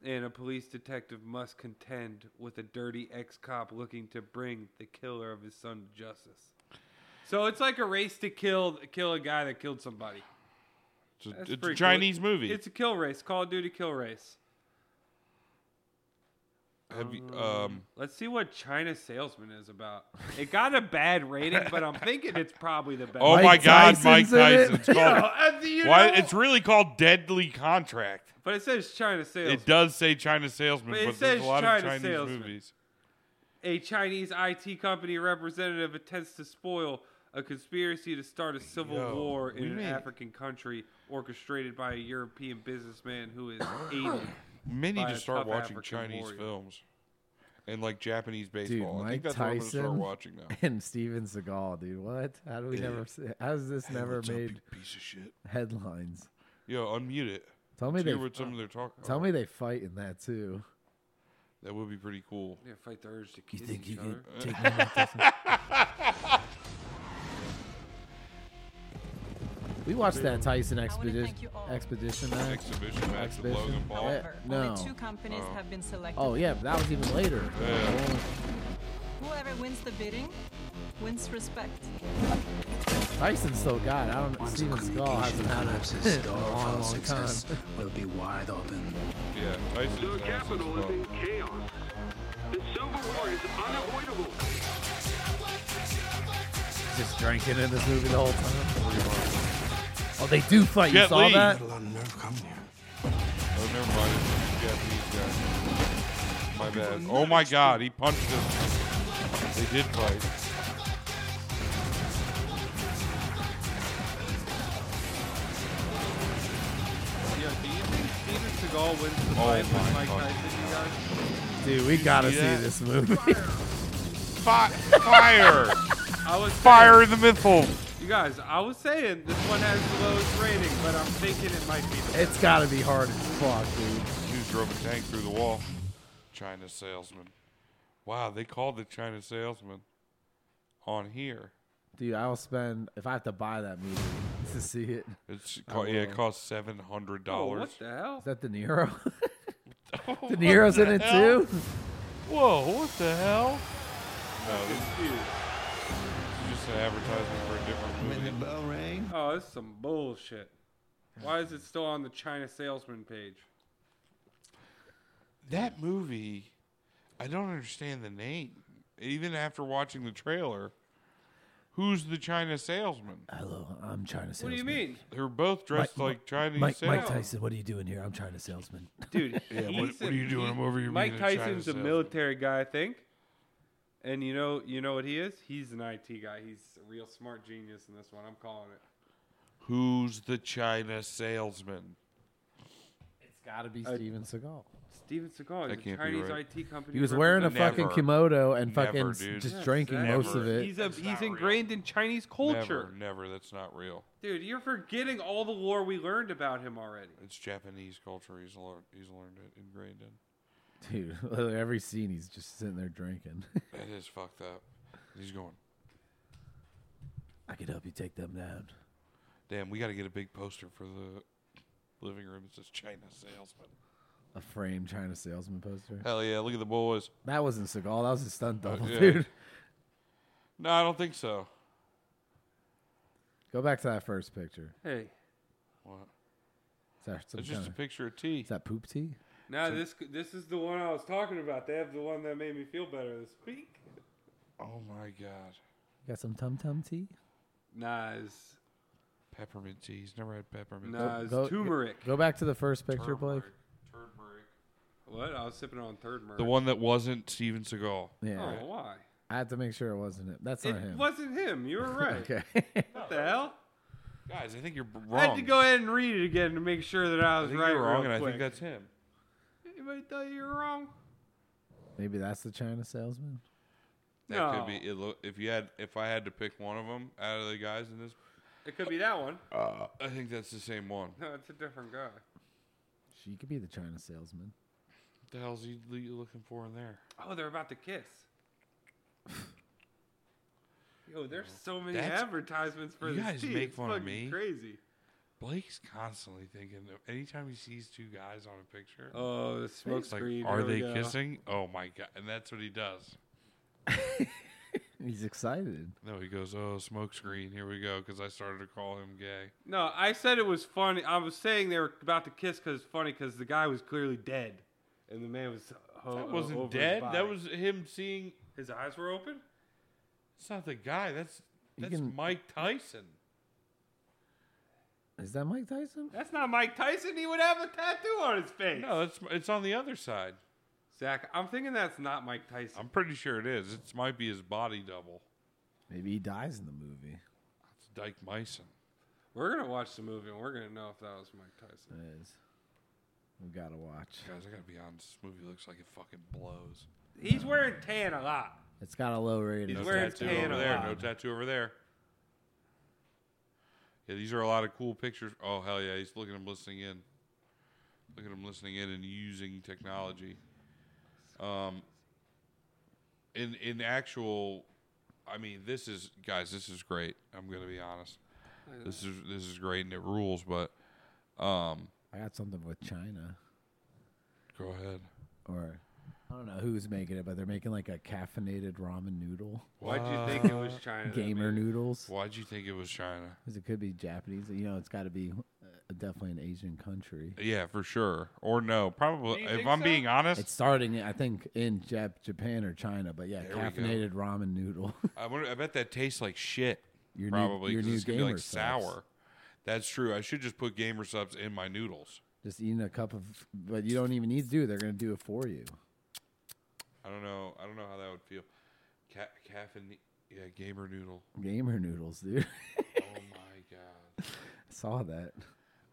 C: and a police detective must contend with a dirty ex cop looking to bring the killer of his son to justice. So it's like a race to kill kill a guy that killed somebody.
A: It's a,
C: That's
A: it's a
C: pretty cool.
A: Chinese movie.
C: It's a kill race, Call of Duty kill race.
A: Have you, um,
C: Let's see what China Salesman is about. It got a bad rating, but I'm thinking it's probably the best.
A: oh
B: Mike
A: my God, Mike
B: Tyson's in it?
A: Tyson. It's called,
C: Uh, you
A: why,
C: know-
A: it's really called Deadly Contract.
C: but it says China Salesman.
A: It does say China salesman,
C: But it
A: but, there's
C: says
A: a lot
C: China
A: of Chinese
C: salesman.
A: movies.
C: A Chinese IT company representative attempts to spoil a conspiracy to start a civil
A: Yo,
C: war in
A: we
C: an
A: made-
C: African country orchestrated by a European businessman who is aided.
A: Men need
C: by
A: to
C: a
A: start
C: tough
A: watching
C: African
A: Chinese
C: warrior.
A: films and like Japanese
B: Dude,
A: baseball. I
B: Mike
A: think that's what I'm gonna
B: Tyson
A: start watching now.
B: and Steven Seagal, dude. What? How do we never? See, how has this never
A: What's up,
B: made
A: you piece of shit.
B: headlines?
A: Yo, unmute it.
B: Tell me
A: Hear
B: they.
A: what some of their talk. oh,
B: Tell me they fight in that too.
A: that would be pretty cool.
C: Yeah, fight the urge to kiss each other.
B: take me? we watched that Tyson expedition
G: thank you all.
B: expedition match.
A: Exhibition match with
B: Exhibition.
A: Logan Paul.
B: Yeah, no.
G: Only two companies have been selected.
B: Oh yeah, but that was even later.
A: Yeah.
G: Whoever wins the bidding wins respect.
B: Tyson still got. it. I don't.
H: Once a
B: Steven Seagal
H: communication
B: hasn't
H: collapses,
B: had a, a
H: door
B: long,
H: for
B: long
H: success
B: time.
H: will be wide open.
A: Yeah, Tyson.
I: The capital is in chaos. The civil war is unavoidable.
B: Just drinking in this movie the whole time. Oh, they do fight. you
A: Jet
B: saw
A: Li.
B: that?
H: It'll unnerve coming here.
A: Oh, never mind. It's Japanese guy. My bad. Oh my God, he punched him. They did fight.
C: Yo, do you think Steven Seagal wins the
A: Oh
C: fight with
A: my
C: Mike
A: God.
C: Tyson? You guys?
B: Dude, we gotta
A: see
B: see
A: that?
B: this movie.
A: Fi- fire!
C: I was
A: fire in the middle.
C: You guys, I was saying this one has the lowest rating, but I'm thinking it might be the
B: it's gotta be hard as fuck, dude.
A: Dude drove a tank through the wall. China salesman. Wow, they called the China salesman on here.
B: Dude, I will spend if I have to buy that movie to see it. Is
A: It's co- yeah, it
B: wow.
A: cost seven hundred
C: Oh,
A: dollars.
C: what the hell?
B: that De Niro? De Niro's in it too.
A: Whoa, what the hell? No, this
C: Dude.
A: is just an advertisement for a different movie.
H: When the bell rang,
C: Oh, this is some bullshit. Why is it still on the China Salesman page?
A: That movie, I don't understand the name. Even after watching the trailer, who's the China salesman?
C: Uh,
B: Hello, I'm China
C: What
B: salesman.
C: do you mean?
A: They're both dressed
B: Mike-
A: like Chinese
B: Mike,
A: salesmen.
B: Mike Tyson, what are you doing here? I'm China salesman.
C: Dude,
A: what-
C: he's
A: what
C: a-
A: are you doing?
C: he-
A: I'm over here
C: Mike
A: being a China
C: Tyson's a
A: salesman.
C: military guy, I think. And you know, you know what he is? He's an IT guy. He's a real smart genius in this one. I'm calling it.
A: Who's the China salesman?
B: It's gotta be
C: Uh,
B: Steven Seagal.
C: Steven Seagal
A: That
C: is a
A: can't be
C: Chinese
A: right.
C: IT company.
B: He was wearing a
C: representative.
A: Never.
B: fucking kimono and
A: Never,
B: fucking s-
A: dude.
B: just
A: Yes,
B: drinking
C: exactly.
B: most of it.
C: He's a,
A: That's not
C: he's
A: real.
C: ingrained in Chinese culture.
A: Never, never. That's not real.
C: Dude, you're forgetting all the lore we learned about him already.
A: It's Japanese culture. He's learned. He's learned it, ingrained in.
B: Dude, literally every scene he's just sitting there drinking.
A: That is fucked up. He's going.
B: I could help you take them down.
A: Damn, we got to get a big poster for the living room that says China salesman.
B: A framed China salesman poster.
A: Hell yeah! Look at the boys.
B: That wasn't Seagal. That was a stunt double,
A: yeah.
B: dude.
A: No, I don't think so.
B: Go back to that first picture.
C: Hey,
A: What?
B: Is that, some
A: It's just
B: kind
A: a
B: of-
A: picture of tea.
B: is that poop tea?
C: now this this is the one I was talking about. They have the one that made me feel better this week.
A: Oh my god.
B: You got some tum tum tea?
C: Nah, it's,
A: Peppermint tea. He's never had peppermint.
C: nah, it's
B: go-
C: turmeric.
B: Go back to the first picture, Blake.
A: Turmeric.
C: What? I was sipping on third murder.
A: The one that wasn't Steven Seagal.
B: Yeah,
C: Oh, why?
B: I had to make sure it wasn't it. That's
C: It
B: not him.
C: wasn't him. You were right.
B: okay.
C: What the hell?
A: Guys, I think you're b-
C: I had
A: wrong.
C: to go ahead and read it again to make sure that I
A: I
C: was
A: think
C: right.
A: you're wrong,
C: real
A: and I think
C: quick.
A: that's him.
C: Anybody tell you you're wrong?
B: Maybe that's the China salesman.
A: That
C: No.
A: could be it lo- if you had if I had to pick one of them out of the guys in this.
C: It could be that one.
A: I think that's the same one.
C: No, it's a different guy.
B: She could be the China salesman.
A: What the hell's he le- looking for in there?
C: Oh, they're about to kiss. Yo, there's so many
A: That's-
C: advertisements for
A: you
C: this
A: guys
C: tea.
A: make
C: It's
A: fun of
C: fucking
A: me.
C: Crazy.
A: Blake's constantly thinking. Of, anytime he sees two guys on a picture,
C: Oh, the smoke
A: it's like,
C: screen.
A: are
C: Here we
A: they
C: go.
A: kissing? Oh my god! And that's what he does.
B: He's excited.
A: No, he goes, oh, smoke screen. Here we go. Because I started to call him gay.
C: No, I said it was funny. I was saying they were about to kiss because it's funny because the guy was clearly dead, and the man was. Ho- uh,
A: That
C: over
A: wasn't
C: his
A: dead.
C: body.
A: That was him seeing.
C: his eyes were open.
A: It's not the guy. That's
B: You
A: that's
B: can-
A: Mike Tyson.
B: Is that Mike Tyson?
C: That's not Mike Tyson. He would have a tattoo on his face.
A: No, it's it's on the other side.
C: Zach, I'm thinking that's not Mike Tyson.
A: I'm pretty sure it is. It might be his body double.
B: Maybe he dies in the movie.
A: It's Dyke Myson.
C: We're gonna watch the movie and we're gonna know if that was Mike Tyson.
B: That is. We gotta watch.
A: Guys, I gotta be honest. This movie looks like it fucking blows.
C: He's wearing tan a lot.
B: It's got a low rating.
C: He's
A: No
C: wearing
A: tattoo
C: tan
A: over
C: a
A: there.
C: lot.
A: No tattoo over there. Yeah, these are a lot of cool pictures. Oh hell yeah, he's looking at him listening in. Look at him listening in and using technology. Um in in actual I mean this is guys, this is great. I'm gonna be honest. This is this is great and it rules, but um
B: I got something with China.
A: go ahead.
B: Or I don't know who's making it, but they're making like a caffeinated ramen noodle.
C: Why'd you think it was China? that
B: Gamer
C: made it?
B: noodles.
A: Why'd you think it was China?
B: Because it could be Japanese. You know, it's got to be uh, definitely an Asian country.
A: Yeah, for sure. Or no, probably.
C: you
A: If
C: think
A: I'm
C: so?
A: being honest,
B: It's starting, I think, in Jap- Japan or China. But yeah,
A: There we go.
B: caffeinated ramen noodle.
A: I wonder. I bet that tastes like shit.
B: Your new-
A: probably
B: your
A: 'cause
B: new
A: it's gonna be like
B: gamer subs.
A: sour. That's true. I should just put gamer subs in my noodles.
B: Just eating a cup of, but you don't even need to do. it. They're gonna do it for you.
A: I don't know. I don't know how that would feel. Ca- caffeine. Yeah, gamer noodle.
B: Gamer noodles, dude.
A: Oh my god.
B: Saw that.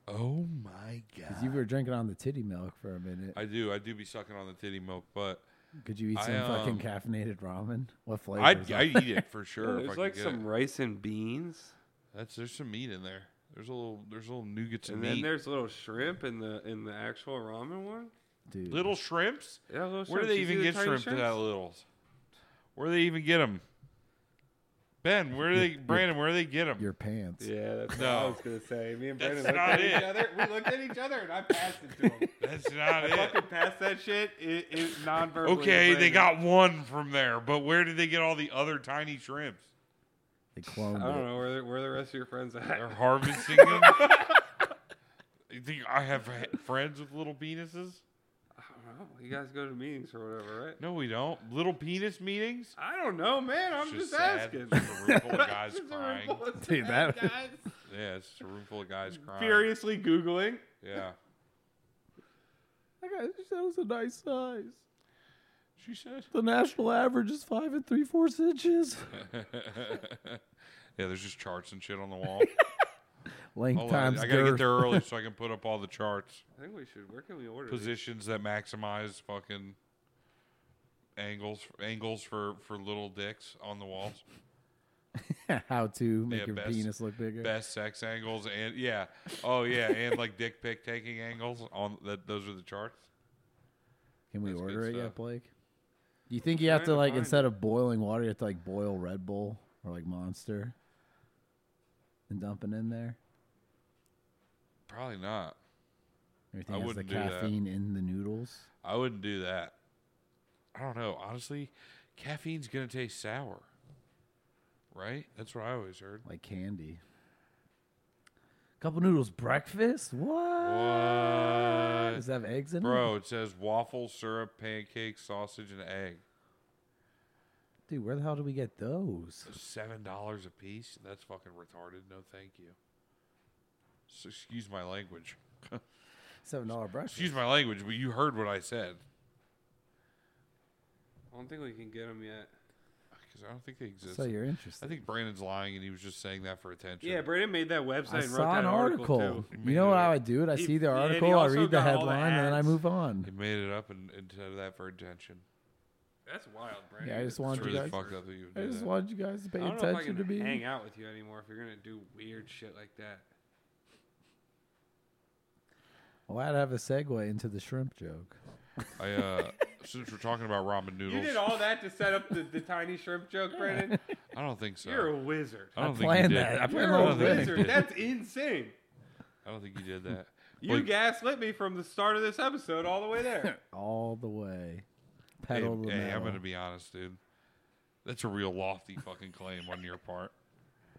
A: Oh my
B: 'Cause
A: god.
B: You were drinking on the titty milk for a minute.
A: I do. I do be sucking on the titty milk, but
B: Could you eat
A: I,
B: some fucking
A: um,
B: caffeinated ramen? What flavor?
A: I'd, I'd eat it for
C: Yeah,
A: sure. if I
C: There's
A: could
C: like
A: get
C: some
A: It.
C: rice and beans,
A: That's there's some meat in there. There's a little there's a little nougats
C: and
A: and
C: then
A: meat.
C: there's little shrimp in the in the actual ramen one.
B: Dude,
A: little shrimps.
C: Yeah, little
A: Where do
C: shrimps.
A: they
C: You see
A: even
C: the
A: get
C: tiny
A: shrimp to
C: shrimps?
A: that littles? Where do they even get them? Ben, where do they, Brandon? Where do they get them?
B: your pants.
C: Yeah, that's what I
A: No.
C: was gonna say. Me and
A: That's
C: Brandon looked at
A: not
C: each
A: it.
C: other. We looked at each other, and I passed it to him.
A: That's not
C: I
A: it.
C: fucking passed that shit. It, it nonverbally. to
A: Okay, they
C: Brandon.
A: got one from there, but where did they get all the other tiny shrimps?
B: They cloned
C: I don't
B: it.
C: know where the, where the rest of your friends
A: They're
C: at.
A: harvesting them. you think I have friends with little penises?
C: I don't know. You guys go to meetings or whatever, right?
A: No, we don't. Little penis meetings.
C: I don't know, man. I'm
A: It's
C: just,
A: sad.
C: asking.
A: It's just a room full of guys
C: It's just a room
A: crying.
C: full of
B: Dude,
C: sad
B: that-
C: guys
A: Yeah, it's just a room full of guys crying.
C: furiously googling.
A: Yeah.
B: I got- That was a nice size.
A: She said.
B: The national average is five and three fourths inches.
A: yeah, there's just charts and shit on the wall.
B: Length
A: Hold on,
B: times
A: Oh, I gotta get
B: girth.
A: there early so I can put up all the charts,
C: I think we should. Where can we order? these?
A: positions that maximize fucking angles, angles for for little dicks on the walls,
B: How to make
A: Yeah,
B: your
A: best-
B: penis look bigger.
A: best sex angles, and yeah, oh yeah, and like dick pic taking angles on that. Those are the charts.
B: Can we
A: That's good
B: order it
A: stuff.
B: yet, Blake? Do you think you have
C: Trying
B: to
C: to
B: like
C: find
B: instead of boiling water, you have to like boil Red Bull or like Monster and dump it in there?
A: Probably not.
B: Everything
A: I
B: has the
A: wouldn't do that.
B: caffeine in the noodles.
A: I wouldn't do that. I don't know. Honestly, caffeine's gonna taste sour, right? That's what I always heard.
B: like candy. Couple noodles breakfast? What?
A: What?
B: Does it have eggs in it?
A: Bro, it says waffle, syrup, pancake, sausage, and egg.
B: Dude, where the hell do we get those?
A: Seven dollars a piece? That's fucking retarded. No, thank you. S excuse my language.
B: Seven dollar breakfast.
A: Excuse my language, but you heard what I said.
C: I don't think we can get them yet.
A: Because I don't think they exist.
B: So you're
A: I
B: interested.
A: think Brandon's lying, and he was just saying that for attention.
C: Yeah, Brandon made that website
B: I
C: and wrote
B: saw
C: that
B: an
C: article.
B: article.
C: too.
A: too.
B: You know what I would do? It. I
C: He-
B: see the
C: yeah, and he
B: article, I
C: also
B: read the
C: got all the
B: headline, and then I
C: ads.
B: move on.
A: he made it up and, and said that for attention.
C: That's wild, Brandon.
B: Yeah, I just
A: It's
B: wanted you
A: really
B: guys.
A: fucked up that you
B: I
A: did
B: just
A: that.
B: wanted you guys to pay
C: I don't know if I
B: attention
C: can
B: to me.
C: hang out with you anymore if you're gonna do weird shit like that.
B: Well, I'd have a segue into the shrimp joke.
A: I, uh, since we're talking about ramen noodles,
C: You did all that to set up the, the tiny shrimp joke, Brandon.
A: I don't think so.
C: You're a wizard.
A: I don't think
B: planned
A: you did.
B: that. I planned
A: I
B: the
C: You're a
B: whole
A: don't, think
B: thing.
A: you
C: wizard.
A: did.
C: That's insane.
A: I don't think you did that.
C: You
A: Like,
C: gaslit me from the start of this episode all the way there.
B: All the way.
A: hey,
B: Pedal the
A: hey, I'm
B: metal.
A: gonna be honest, dude. That's a real lofty fucking claim on your part.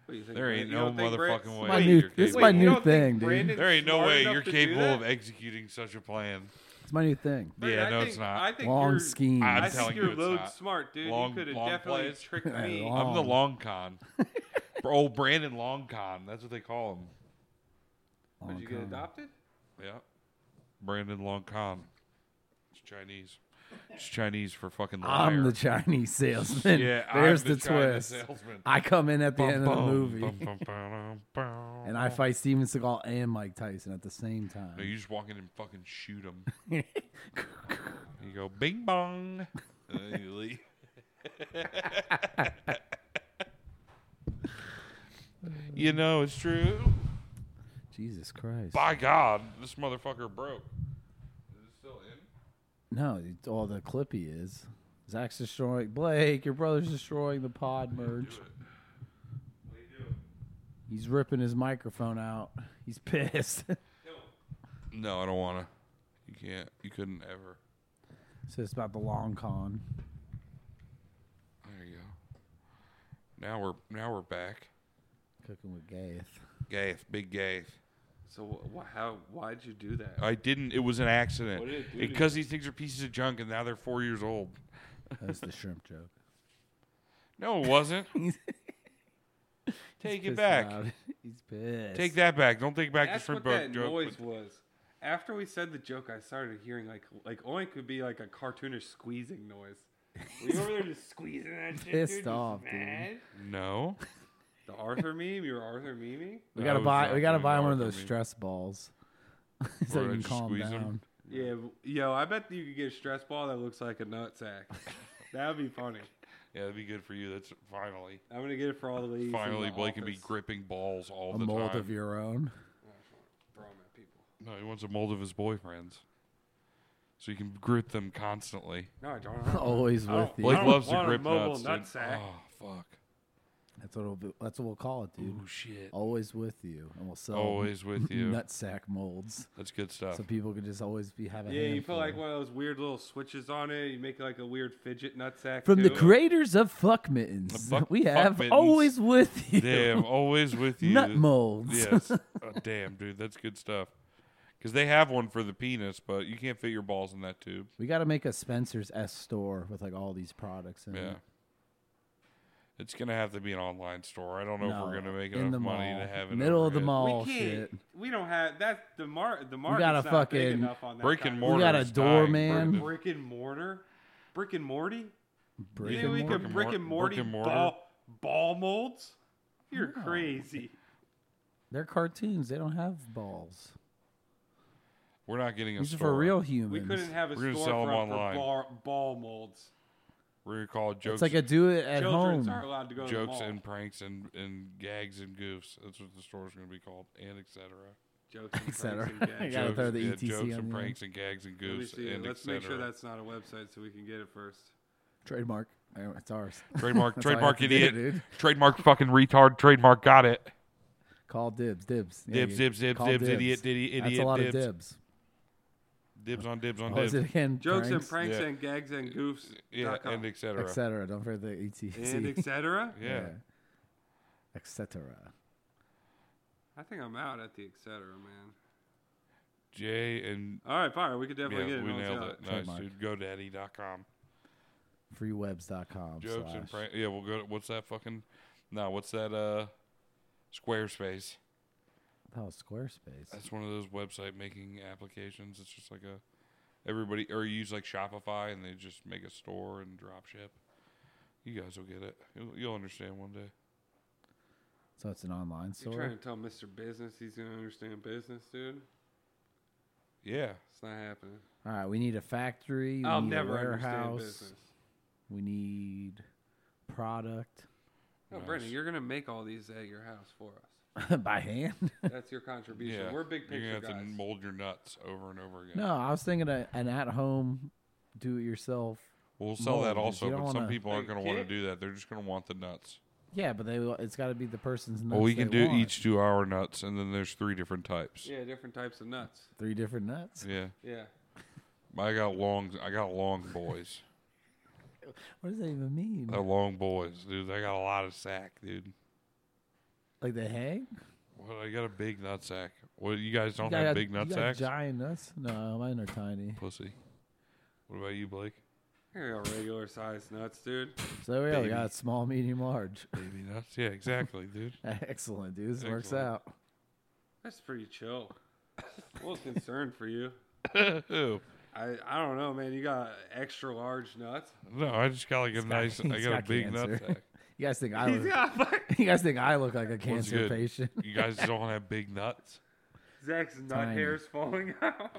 C: What do you think,
A: There
C: Brandon?
A: ain't
C: You don't
A: no
C: think Brandon-
A: motherfucking
C: Wait,
A: way.
B: My
A: Wait,
B: new,
A: you're
B: this is
A: capable.
B: my
C: you
B: new
C: don't think
B: thing, dude.
C: Brandon's
A: There ain't no
C: smart
A: way
C: enough
A: you're
C: to do
A: capable
C: that?
A: of executing such a plan.
B: It's my new thing.
A: yeah,
C: I
A: no,
C: think,
A: it's not.
C: I think
B: Long
C: you're,
B: schemes.
A: I'm
C: I
A: telling
C: think
A: you
C: you're
A: it's
C: load
A: not.
C: smart, dude.
A: Long-
C: you could have
A: long
C: definitely
A: plays.
C: tricked me.
B: Long-
A: I'm the
B: Long.
A: long con. Bro, old Brandon Long Con. That's what they call him.
B: Long
C: Did you get
B: con.
C: adopted?
A: Yeah. Brandon Long Con. It's Chinese. It's Chinese for fucking liar.
B: I'm the Chinese salesman.
A: Yeah, I'm
B: There's
A: the
B: the,
A: China
B: twist.
A: salesman.
B: I come in at the
A: Bum,
B: end of
A: bum,
B: the movie,
A: bum, bum, bum, bum.
B: and I fight Steven Seagal and Mike Tyson at the same
A: No,
B: time.
A: you just walk in and fucking shoot him. you go bing bong. And then you leave. you know it's true.
B: Jesus Christ!
A: By God, this motherfucker broke. Is it still in?
B: No, it's all the Clippy is. Zach's destroying Blake. Your brother's destroying the pod merge. He's ripping his microphone out. He's pissed.
A: No, I don't want to. You can't. You couldn't ever.
B: so it's about the long con.
A: There you go. Now we're now we're back.
B: Cooking with Gaeth.
A: Gath, big Gath.
C: So wh- wh- how? Why'd you do that?
A: I didn't. It was an accident.
C: What did it do to
A: Because these things are pieces of junk, and now they're four years old.
B: That's the shrimp joke.
A: No, it wasn't.
B: He's-
A: Take
B: Pissed
A: it back.
B: about it. He's pissed.
A: Take that back. Don't take back
C: That's
A: the shrimp
C: what that
A: joke.
C: noise was. After we said the joke, I started hearing like like oink would be like a cartoonish squeezing noise. Were you over there just squeezing that shit?
B: Pissed
C: dude? Just
B: off, dude.
C: mad?
A: No.
C: The Arthur meme. You were Arthur memeing.
A: No,
B: We gotta
A: it was
B: buy.
A: not
B: We gotta
A: doing
B: buy
A: well
B: one of
A: for
B: those
A: me.
B: stress balls, so
A: Or
B: you can
A: just
B: calm
A: squeeze 'em.
B: down.
C: Yeah, w- yo, I bet you could get a stress ball that looks like a nut sack. that would be funny.
A: Yeah, that'd be good for you. That's finally,
C: I'm gonna get it for all the ladies.
A: finally,
C: in the
A: Blake can be
C: office.
A: gripping balls all
B: A
A: the
B: mold
A: time.
B: of your own.
C: Throw 'em at people.
A: no, he wants a mold of his boyfriends, so you can grip them constantly.
C: No, I don't.
B: Always
C: I
B: with
C: don't-
B: you.
A: Oh. Blake
C: don't
A: loves to
C: want a
A: grip
C: mobile
A: nuts.
C: nut
A: dude.
C: sack.
A: Oh fuck.
B: That's what. We'll, be- that's what we'll call it, dude.
A: Oh shit.
B: Always with you, and we'll sell
A: Always with you.
B: nutsack molds,
A: That's good stuff.
B: so people can just always be having.
C: Yeah, you put like one of those weird little switches on it. You make like a weird fidget nut sack.
B: From the
C: too.
B: creators of Fuck Mittens,
A: The fuck-
B: we
A: fuck
B: have
A: mittens.
B: always with you.
A: Damn, always with you.
B: Nut molds.
A: Yes. Oh, damn, dude, that's good stuff. Because they have one for the penis, but you can't fit your balls in that tube.
B: We got to make a Spencer's S store with like all these products in
A: Yeah.
B: it.
A: It's gonna have to be an online store. I don't know if we're
B: No,
A: gonna make
B: in
A: enough
B: the
A: money
B: mall.
A: to have it.
B: Middle
A: over
B: of the
A: it.
B: mall.
C: We
B: all
C: can't.
B: Oh, shit.
C: We don't have that. The mar the market's
B: gotta
C: not big
B: fucking-
C: enough on that.
A: Brick
C: kind
A: and
C: of-
A: mortar.
B: got a
A: is
B: doorman.
A: dying. Brick-
C: Brick and mortar. Brick and Morty.
B: Brick
C: You
B: and
C: think we
B: mortar.
C: could
A: and
C: brick
A: mor-
C: and Morty
A: brick and mortar?
C: ball ball molds? You're crazy.
B: They're cartoons. They don't have balls.
A: We're not getting a
B: These are
A: store.
B: for real humans.
C: We couldn't have a
A: We're gonna
C: store
A: sell 'em
C: for,
A: online.
C: for bar, ball molds.
A: We're gonna call it jokes.
B: It's like a do it at
C: Children's
B: home.
C: aren't allowed to go to the
A: jokes
C: mall.
A: and pranks and, and gags and goofs. That's what the store's gonna be called, and etc.
C: jokes and
B: et cetera.
C: pranks and gadgets.
B: I gotta
A: Jokes-
B: throw the
A: yeah,
B: ETC
A: jokes
B: on
A: and
B: the end.
A: pranks and gags and
C: Let me
A: goofs
C: see.
A: and
C: Let's make sure
A: etc..
C: that's not a website so we can get it first.
B: Trademark. I don't- It's ours.
A: Trademark,
B: That's all I have
A: trademark,
B: to do,
A: idiot.
B: dude.
A: trademark, fucking retard. Trademark, got it.
B: Call dibs, dibs. Yeah,
A: Dibs,
B: you-
A: dibs, dibs,
B: call
A: dibs, idiot, diddy,
B: That's
A: idiot,
B: a lot
A: dibs.
B: of dibs.
A: Dibs on dibs on
B: What was
A: dibs.
B: Oh, it again?
C: Oh, Jokes and
B: pranks,
C: pranks
A: Yeah.
C: and gags and goofs.
A: Yeah,
C: dot com.
A: and etc.
B: etc. Don't forget the E ETC.
C: and etc.
A: Yeah.
B: etc.
C: I think I'm out at the etc. Man.
A: J and
C: All right, fire. We could
A: yeah,
C: definitely get it.
A: we
C: on
A: nailed
C: Zelda.
A: it. Nice,
B: Trademark.
A: dude. GoDaddy.com.
B: Freewebs.com.
A: Jokes and
B: slash-
A: prank. Yeah, we'll go. What's that fucking? No, what's that? Uh, Squarespace.
B: Oh, Squarespace.
A: That's one of those website making applications. It's just like a everybody or you use like Shopify and they just make a store and drop ship. You guys will get it. You'll, you'll understand one day.
B: So it's an online
C: You trying
B: store.
C: to tell Mr. Business he's gonna understand business, dude?
A: Yeah.
C: It's not happening.
B: All right, we need a factory. We
C: I'll
B: need a
C: never understand
B: warehouse.
C: business.
B: We need product
C: No,
A: Nice.
C: Brendan, you're gonna make all these at your house for us.
B: by hand.
C: That's your contribution.
A: Yeah,
C: We're big
A: You're
C: picture
A: gonna have
C: guys.
A: to mold your nuts over and over again.
B: no, I was thinking a, an at-home do-it-yourself.
A: We'll sell that
B: mold, 'cause
A: also,
B: you
A: but
B: don't
A: some
B: wanna-
A: people aren't
C: Like
A: gonna want to
C: kit?
A: do that. They're just gonna want the nuts.
B: Yeah, but they it's got to be the person's. Nuts
A: well, we can
B: they
A: do
B: want.
A: each do our nuts, and then there's three different types.
C: Yeah, different types of nuts.
B: three different nuts.
A: yeah.
C: Yeah.
A: I got long. I got long boys.
B: What does that even mean?
A: They're long boys, dude. They got a lot of sack, dude.
B: Like they hang?
A: Well, I got a big nut sack. Well, you guys don't
B: You
A: have
B: got-
A: big nut
B: you got
A: sacks,
B: Giant nuts? No, mine are tiny.
A: pussy. What about you, Blake?
C: Here are regular sized nuts, dude.
B: So there we go. We
A: Baby.
B: got small, medium, large.
A: Baby nuts. Yeah, exactly, dude.
B: Excellent, dude. This works
A: Excellent.
B: out.
C: That's pretty chill. A little concerned for you.
A: Ew.
C: I, I don't know, man. You got extra large nuts.
A: No, I just got like a
B: He's
A: nice. I
B: he's
A: got a big
B: cancer.
A: nut sack.
B: You guys think I look?
C: fuck.
B: You guys think I look like a cancer
A: good?
B: patient?
A: You guys don't have big nuts.
C: Zach's nut
B: Tiny.
C: hair's falling out.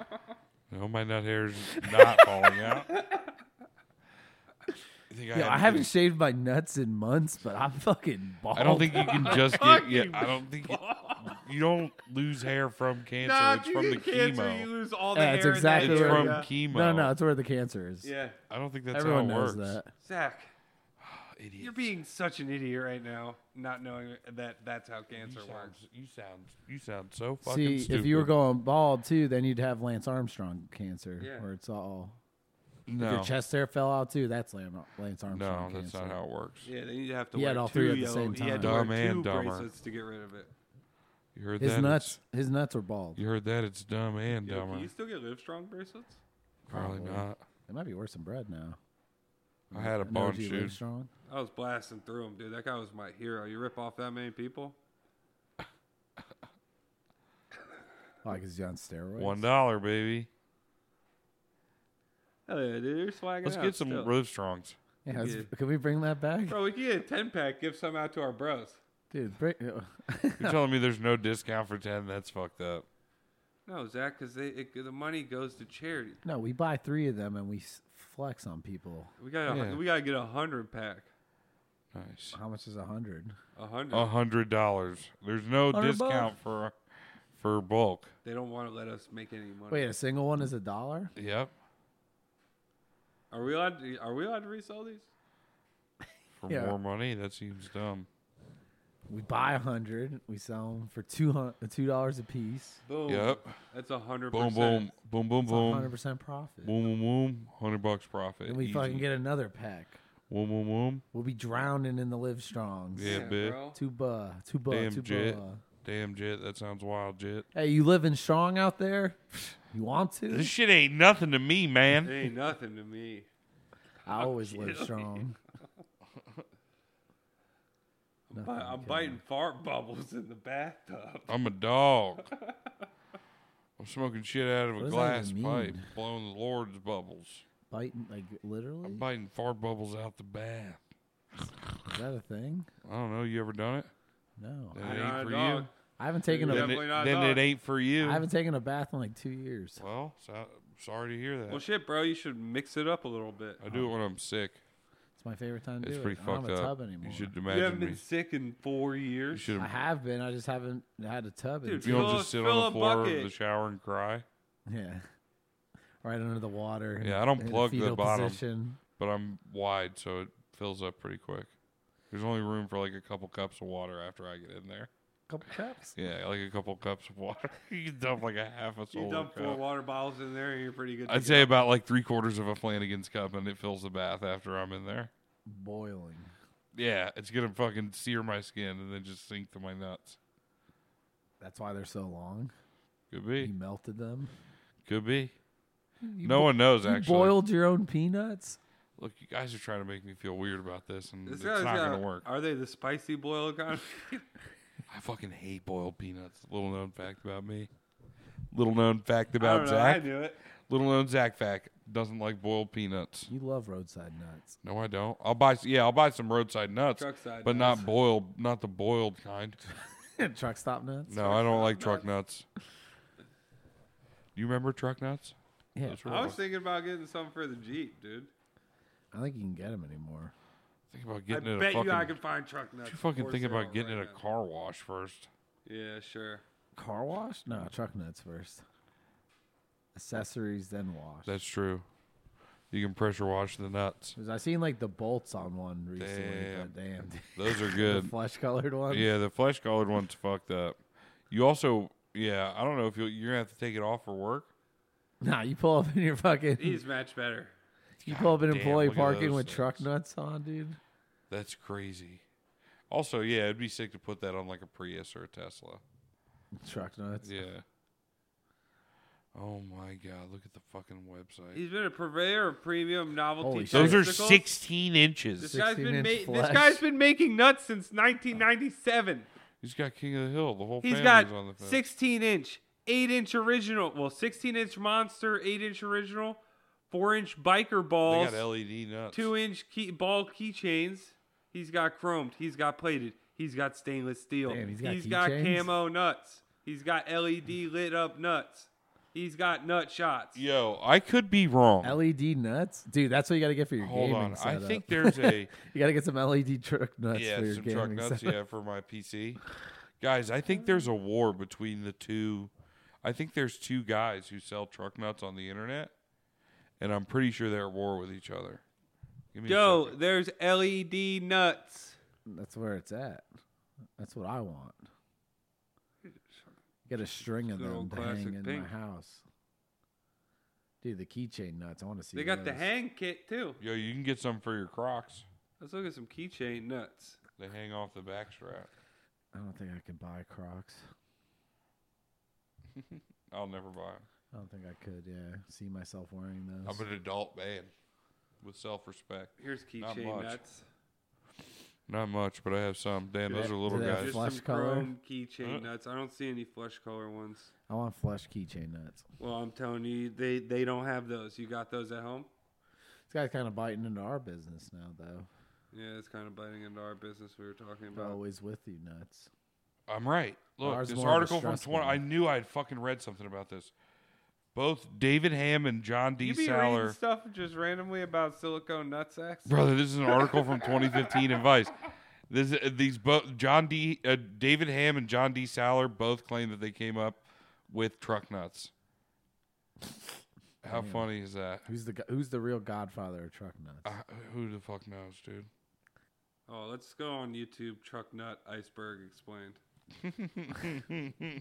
A: No, my nut hair's not falling out. I think I, had
B: Yo, I
A: to
B: haven't
A: get-
B: shaved my nuts in months, but I'm fucking bald.
A: I don't think you can just
C: Fuck
A: get. Yeah,
C: you,
A: I don't think you, you don't lose hair from cancer.
C: Nah,
A: it's
C: if you
A: from the
C: get cancer,
A: chemo.
C: you lose all the
B: Yeah, that's
C: hair. in that
B: exactly
A: it's
B: where-
C: area.
A: from
B: Yeah.
A: chemo.
B: No, no, it's where the cancer is.
C: yeah.
A: I don't think that's
B: everyone
A: how it
B: knows
A: works.
B: that.
C: Zach,
A: Idiot.
C: you're being such an idiot right now, not knowing that that's how cancer works.
A: You sound. You sound so fucking
B: See,
A: stupid.
B: if you were going bald too, then you'd have Lance Armstrong cancer,
C: Yeah.
B: where it's all
A: no,
B: your chest hair fell out too. That's Lam- Lance
A: no,
B: Armstrong.
A: that's
B: cancer.
A: not how it works.
C: Yeah, then you'd have to
B: He
C: wear
B: had all
C: two
B: three at the
C: yellow,
B: same
C: He had to
A: time.
C: wear
A: Dumb and
C: two
A: dumber.
C: bracelets to get rid of it.
A: You heard
B: His
A: that?
B: nuts,
A: It's-
B: his nuts were bald.
A: You heard that? It's dumb and
C: Yo,
A: dumber.
C: can you still get Livestrong bracelets?
A: Probably
B: Probably.
A: not.
B: It might be worse than bread now.
A: I had a
B: I know
A: bunch,
B: you
A: dude.
B: live strong.
C: I was blasting through him, dude. That guy was my hero. You rip off that many people?
B: Oh, because he's on steroids.
A: One dollar, baby.
C: Hell yeah, dude. You're swagging
A: Let's
C: out
A: get some
C: still.
A: Rose Strongs.
B: Yeah, let's-
C: Yeah.
B: Can we bring that back,
C: Bro, we can get a 10 pack, give some out to our bros.
B: dude? Bring,
A: You're telling me there's no discount for ten? That's fucked up.
C: No, Zach, because the money goes to charity.
B: no, we buy three of them and we s- flex on people.
C: We got
A: Yeah.
C: to we gotta get a 100 pack.
A: Nice.
B: How much is a hundred?
C: A 100.
A: A hundred dollars. There's no
B: 100
A: discount for for bulk.
C: They don't want to let us make any money.
B: Wait, a single one is a dollar?
A: Yep.
C: Are we allowed to, are we allowed to resell these?
A: For
B: Yeah.
A: more money, that seems dumb.
B: We buy a hundred, we sell them for two hundred, two dollars a piece.
C: Boom.
A: Yep.
C: That's a 100%.
A: Boom, boom, boom, boom,
B: It's one hundred
A: boom,
B: percent profit.
A: boom, boom, boom. Hundred bucks profit.
B: and we
A: Easy.
B: fucking get another pack.
A: Boom, boom, boom.
B: We'll be drowning in the live strongs.
A: Yeah, bitch.
C: bro.
B: Two buh, two buh,
A: Damn
B: two
A: jet.
B: buh.
A: Damn jet, that sounds wild, jet.
B: Hey, you living strong out there? You want
A: This
B: to?
A: shit ain't nothing to me,
C: It
A: man.
C: ain't nothing to me.
B: I always live strong.
C: I'm, bi- I'm biting fart bubbles in the bathtub.
A: I'm a dog. I'm smoking shit out of
B: What
A: a
B: does that
A: glass
B: even
A: pipe,
B: mean?
A: blowing the Lord's bubbles.
B: Biting like literally?
A: I'm biting fart bubbles out the bath.
B: Is that a thing?
A: I don't know. You ever done it?
B: No,
A: Then
C: You're
A: it
C: not a
A: ain't for
C: dog.
A: you.
B: I haven't taken
A: Then,
B: a.
C: Definitely not
A: it,
C: a
A: then it
C: dog.
A: ain't for you.
B: I haven't taken a bath in like two years.
A: Well, so, sorry to hear that.
C: Well, shit, bro. You should mix it up a little bit.
A: I do it when I'm sick.
B: It's my favorite time to
A: It's
B: do
A: pretty
B: it. I
A: fucked
B: don't have a
A: up.
B: tub
A: You
B: anymore.
A: should
C: You haven't
A: imagine
C: been
A: me.
C: sick in four
A: You
C: years.
A: should.
B: I have been. I just haven't had a tub. in
C: Dude,
A: You don't
C: Fill-
A: just sit
C: fill
A: on the
C: a
A: floor of
C: bucket.
A: the shower and cry.
B: Yeah. Right under the water. in
A: Yeah,
B: a-
A: I don't
B: in a
A: plug the
B: fetal
A: bottom.
B: Position.
A: But I'm wide, so it fills up pretty quick. There's only room for like a couple cups of water after I get in there.
B: Couple cups.
A: Yeah, like a couple cups of water. you can dump like a half a
C: You
A: solar
C: dump four
A: cup.
C: water bottles in there, and you're pretty good. to
A: I'd
C: go.
A: say about like three quarters of a Flanagan's cup, and it fills the bath after I'm in there.
B: Boiling.
A: Yeah, it's gonna fucking sear my skin and then just sink to my nuts.
B: That's why they're so long.
A: Could
B: You
A: be,
B: melted them.
A: could be.
B: Hmm, You
A: No
B: bo-
A: one knows
B: You
A: actually.
B: boiled your own peanuts.
A: Look, you guys are trying to make me feel weird about this, and
C: This
A: it's
C: guy's
A: not
C: got-
A: gonna work.
C: Are they the spicy boil kind?
A: I fucking hate boiled peanuts. Little known fact about me. Little known fact
C: I
A: about
C: don't know. I
A: Zach.
C: knew it.
A: Little known Zach fact doesn't like boiled peanuts.
B: You love roadside nuts.
A: No, I don't. I'll buy. Yeah, I'll buy some roadside nuts,
C: Truckside
A: but
C: nuts.
A: not boiled. Not the boiled kind.
B: Truck stop nuts.
A: No, I don't like truck nuts. You remember truck nuts?
B: Yeah.
A: Those were
C: I was
A: awesome.
C: thinking about getting some for the Jeep, dude.
B: I don't think you can get them anymore.
A: Think about
C: I
A: getting it.
C: bet
A: a fucking,
C: you I can find truck nuts.
A: you fucking
C: for
A: think
C: sale
A: about getting
C: right
A: it
C: now.
A: a car wash first.
C: Yeah, sure.
B: Car wash? No, truck nuts first. Accessories, then wash.
A: That's true. You can pressure wash the nuts.
B: 'Cause I seen like the bolts on one recently.
A: Damn.
B: But damn,
A: Those are
B: the
A: good.
B: flesh colored one.
A: Yeah, the flesh colored one's fucked up. You also, yeah, I don't know if you'll, you're gonna have to take it off for work.
B: Nah, you pull up in your fucking.
A: Hmm.
C: He's match better.
B: you pull up in
A: damn,
B: employee
A: look at
B: parking
A: those
B: with truck
A: things.
B: nuts on, dude.
A: That's crazy. Also, yeah, it'd be sick to put that on like a Prius or a Tesla.
B: Truck nuts.
A: Yeah. Oh my god, look at the fucking website.
C: He's been a purveyor of premium novelty.
B: Holy shit.
A: Those are
C: testicles.
A: 16
C: This
A: inches.
C: guy's been
B: 16 inch
C: ma- this
B: flesh.
C: guy's been making nuts since 1997.
A: He's got King of the Hill. The whole
C: He's
A: family's
C: got
A: on the fence.
C: 16 inch, 8 inch original. Well, 16 inch monster, 8 inch original, 4 inch biker
A: They
C: balls,
A: got LED nuts.
C: 2 inch key- ball keychains. He's got chromed. He's got plated. He's got stainless steel.
B: Damn, he's got
C: he's got
B: keychains?
C: camo nuts. He's got LED lit up nuts. He's got nut shots.
A: Yo, I could be wrong.
B: LED E nuts, dude. That's what you got to get for your
A: Hold
B: gaming
A: on. I
B: setup.
A: think there's a
B: you got to get some LED truck nuts
A: yeah,
B: for your
A: some
B: gaming
A: truck nuts,
B: setup.
A: yeah, for my PC. Guys, I think there's a war between the two. I think there's two guys who sell truck nuts on the internet, and I'm pretty sure they're at war with each other. Give me a
C: Yo,
A: second.
C: there's LED nuts.
B: That's where it's at. That's what I want. Get a string of
C: Good
B: them
C: old
B: to hang
C: classic
B: in
C: pink.
B: my house. Dude, the keychain nuts. I want to see.
C: They got the
B: those.
C: hang kit too.
A: yo, you can get some for your Crocs.
C: Let's look at some keychain nuts.
A: They hang off the back strap.
B: I don't think I can buy Crocs.
A: I'll never buy them.
B: I don't think I could. Yeah, see myself wearing those.
A: I'm an adult man with self-respect.
C: Here's
A: Not
C: keychain
A: much.
C: nuts.
A: Not much, but I have some. Damn,
B: Do
A: those
B: they-
A: are little
B: do they have
A: guys.
C: There's
B: Flesh
C: some
B: color?
C: chrome keychain
A: Huh?
C: nuts. I don't see any flesh color ones.
B: I want flush keychain nuts.
C: Well, I'm telling you, they they don't have those. You got those at home?
B: This guy's kind of biting into our business now, though.
C: Yeah, it's kind of biting into our business we were talking
B: They're
C: about.
B: Always with you, nuts.
A: I'm right. Look,
B: Ours is
A: this
B: more of a
A: article from
B: stressful
A: 20. I
B: one.
A: knew I'd fucking read something about this. Both David Ham and John D.
C: you be reading
A: Saller.
C: stuff just randomly about silicone nut sacks?
A: Brother, this is an article from 2015 in Vice. This, uh, these both John D. Uh, David Ham and John D. Saller both claim that they came up with truck nuts. How funny is that?
B: Who's the go- Who's the real godfather of truck nuts?
A: Uh, who the fuck knows, dude?
C: Oh, let's go on YouTube. Truck Nut Iceberg explained.
B: the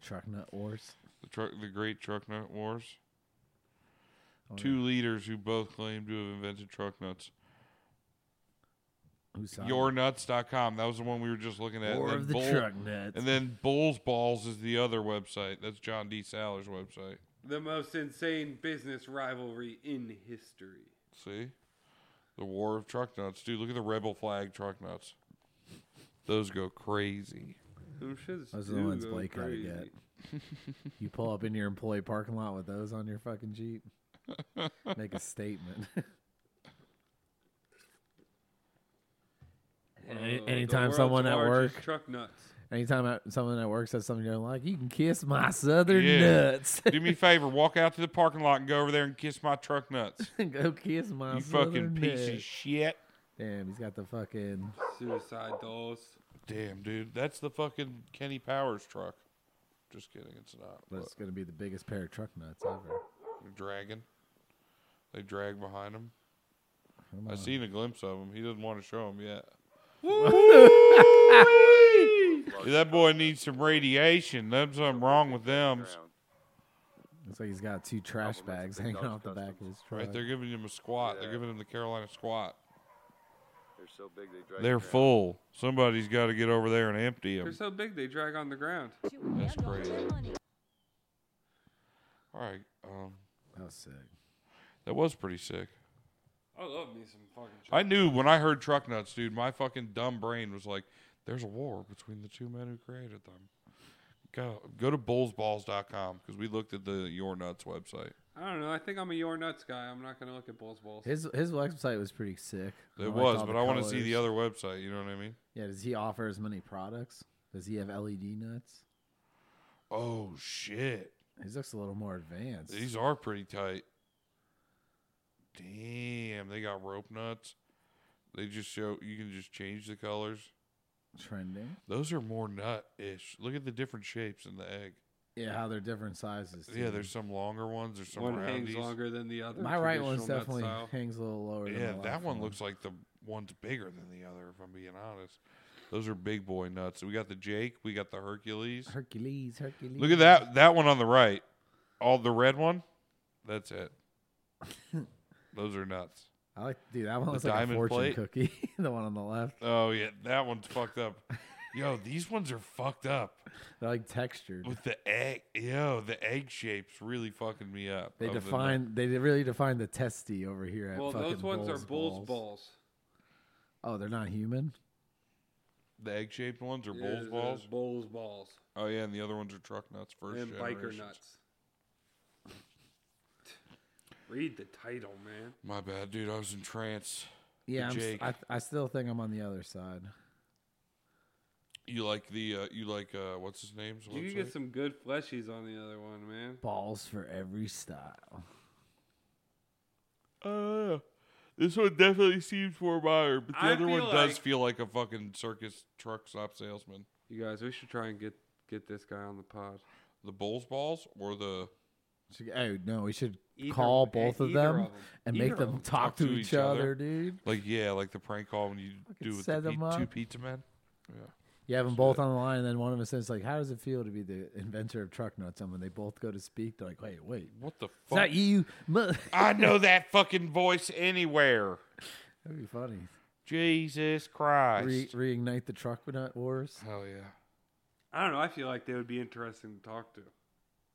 B: truck nut wars.
A: The truck, the Great Truck Nut Wars.
B: Oh, I wonder
A: Two leaders who both claim to have invented truck nuts.
B: who signed it.
A: yournuts.com. That was the one we were just looking at.
B: War
A: And
B: of the
A: Bull-
B: truck nuts.
A: And then Bulls Balls is the other website. That's John D. Saller's website.
C: The most insane business rivalry in history.
A: See? The War of Truck Nuts. Dude, look at the Rebel Flag Truck Nuts. Those go crazy.
C: Them shits
B: Those are the
C: do
B: ones
C: go
B: Blake gotta
C: crazy.
B: get. You pull up in your employee parking lot with those on your fucking Jeep. Make a statement. Any-
C: Uh, the
B: anytime
C: world's
B: someone at
C: largest
B: work,
C: truck nuts.
B: anytime at- someone at work says something you don't like, you can kiss my southern
A: Yeah.
B: nuts.
A: Do me a favor, walk out to the parking lot and go over there and kiss my truck nuts.
B: Go kiss my
A: You
B: southern
A: fucking piece of
B: nuts.
A: shit.
B: Damn, he's got the fucking.
C: Suicide dolls.
A: Damn, dude. That's the fucking Kenny Powers truck. Just kidding, it's not.
B: That's gonna be the biggest pair of truck nuts ever.
A: They're dragging. They drag behind him.
B: Come
A: I seen a glimpse of him. He doesn't want to show him yet. that boy needs some radiation. There's something wrong with them.
B: Looks like he's got two trash bags hanging off the back of his truck.
A: Right, they're giving him a squat. They're giving him the Carolina squat.
J: They're so big they drag.
A: They're
J: you down.
A: full. Somebody's got to get over there and empty
C: They're
A: them.
C: so big they drag on the ground.
A: That's crazy. All right, um,
B: That was sick.
A: that was pretty sick.
C: I love me some fucking. Truck.
A: I knew when I heard truck nuts, dude. My fucking dumb brain was like, "There's a war between the two men who created them." Go go to bullsballs.com because we looked at the Your Nuts website.
C: I don't know. I think I'm a your nuts guy. I'm not gonna look at bulls balls.
B: His his website was pretty sick. I
A: It
B: liked
A: was,
B: all
A: but
B: the
A: I want to see
B: colors.
A: the other website. You know what I mean?
B: Yeah, does he offer as many products? Does he have LED nuts?
A: Oh shit,
B: His looks a little more advanced.
A: these are pretty tight. Damn, they got rope nuts. They just show you can just change the colors.
B: Trending.
A: Those are more nut ish. Look at the different shapes in the egg.
B: Yeah, how they're different sizes.
A: Yeah,
B: too.
A: there's some longer ones. There's some
C: One hangs
A: roundies.
C: longer than the other.
B: My right one's
C: traditional
B: definitely
C: nut style.
B: hangs a little lower. than
A: Yeah,
B: the
A: that
B: left
A: one looks like the one's bigger than the other. If I'm being honest, those are big boy nuts. We got the Jake. We got the Hercules.
B: Hercules. Hercules.
A: Look at that that one on the right. All the red one. That's it. Those are nuts.
B: I like, dude. That one
A: The
B: looks like a
A: diamond
B: fortune
A: plate.
B: cookie. the one on the left,
A: Oh yeah, that one's fucked up. Yo, these ones are fucked up
B: they're like textured.
A: with the egg. Yo, the egg shapes really fucking me up.
B: They
A: of the nut-
B: define. They really define the testy over here. At
C: Well,
B: fucking
C: those ones
B: Bulls
C: are bull's
B: balls.
C: balls.
B: Oh, they're not human.
A: the egg shaped ones are
C: Yeah,
A: bulls
C: those
A: balls.
C: Bulls balls.
A: Oh yeah, and the other ones are truck nuts. First
C: and biker
A: generations.
C: nuts. Read the title, man.
A: My bad, dude. I was in trance.
B: Yeah, I'm, s-
A: Jake.
B: I, I still think I'm on the other side.
A: You like the uh, you like uh, what's his name's
C: You could
A: website?
C: get some good fleshies on the other one, man.
B: Balls for every style.
A: Uh, this one definitely seems more modern, but the
C: I
A: other one
C: feel
A: does
C: like-
A: feel like a fucking circus truck stop salesman.
C: You guys, we should try and get get this guy on the pod.
A: The Bulls balls or the
B: Should- Oh no, we should
C: Either-
B: call
C: e-
B: both of
C: either
B: them,
C: of 'em.
B: and
C: Either
B: make them
C: of 'em.
B: talk, to, each, other, dude.
A: like yeah, like the prank call when you
B: Fucking
A: do with the
B: set 'em
A: pe- two
B: up.
A: pizza men.
B: You have them both on the line, and then one of them says like, "How does it feel to be the inventor of truck nuts?" And when they both go to speak, they're like, "Wait, wait, is
A: What the fuck?
B: that you?" Mo-"
A: I know that fucking voice anywhere.
B: That'd be funny.
A: Jesus Christ.
B: Re- reignite the truck nut wars.
A: Hell yeah,
C: I don't know. I feel like they would be interesting to talk to.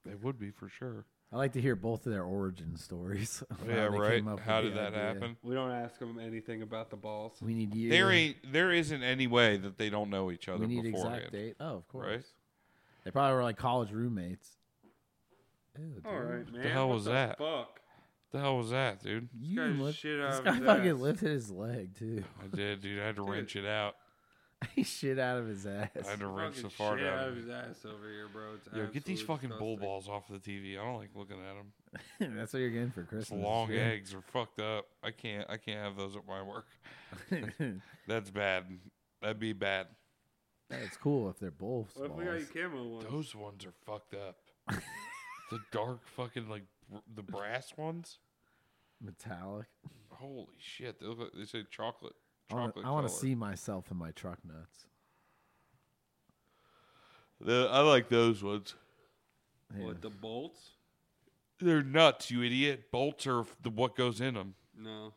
A: they would be for sure.
B: I like to hear both of their origin stories. of how
A: yeah,
B: they
A: right.
B: came up
A: How did
B: with the
A: that
B: idea.
A: happen?
C: We don't ask them anything about the balls.
B: We need you.
A: There ain't there isn't any way that they don't know each other
B: We need
A: beforehand.
B: exact date. Oh, of course.
A: right?
B: They probably were like college roommates. Ew, dude.
C: All right, man.
A: hell
C: What
A: was that?
C: Fuck.
A: The hell was that, dude?
B: You
C: guy
B: lift-
C: shit out
B: this
C: of
B: guy
C: his
B: fucking
C: ass.
B: lifted his leg too.
A: I did, dude. I had to wrench it out.
B: he shit out of his ass.
A: I had to wrench
C: Fucking
A: the fart
C: shit
A: out.
C: out
A: of
C: of
A: it.
C: his ass over here, bro. It's
A: Yo, get these
C: absolute
A: fucking bull
C: disgusting.
A: balls off of the TV. I don't like looking at them.
B: That's what you're getting for
A: It's
B: Christmas.
A: long
B: yeah.
A: eggs are fucked up. I can't. I can't have those at my work. That's bad. That'd be bad.
B: That's cool if they're both
C: What if we got
B: balls.
C: your camo ones?
A: Those ones are fucked up. the dark fucking like br- the brass ones.
B: metallic.
A: Holy shit! They look like they say chocolate.
B: I wanna-
A: Chocolate.
B: I want to
A: color.
B: see myself in my truck nuts.
A: The, I like those ones.
B: Yeah.
C: What the bolts?
A: They're nuts, you idiot. Bolts are f- the what goes in them.
C: No.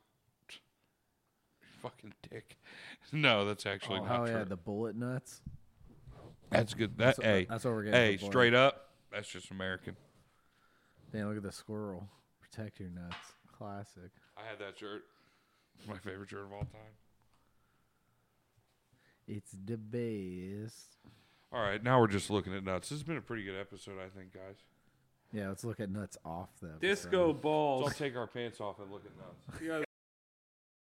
A: Fucking dick. No, that's actually
B: oh,
A: not
B: hell
A: true.
B: yeah, the bullet nuts.
A: That's good. That
B: That's-
A: hey,
B: that's what we're getting
A: Hey,
B: for Boyd.
A: straight up, that's just American.
B: Damn, look at the squirrel. Protect your nuts. Classic.
A: I had that shirt. It's my favorite shirt of all time.
B: It's the best.
A: All right, now we're just looking at nuts. This has been a pretty good episode, I think, guys.
B: Yeah, let's look at nuts off them.
C: Disco
A: Let's all
C: balls.
A: take our pants off and look at nuts.
C: You guys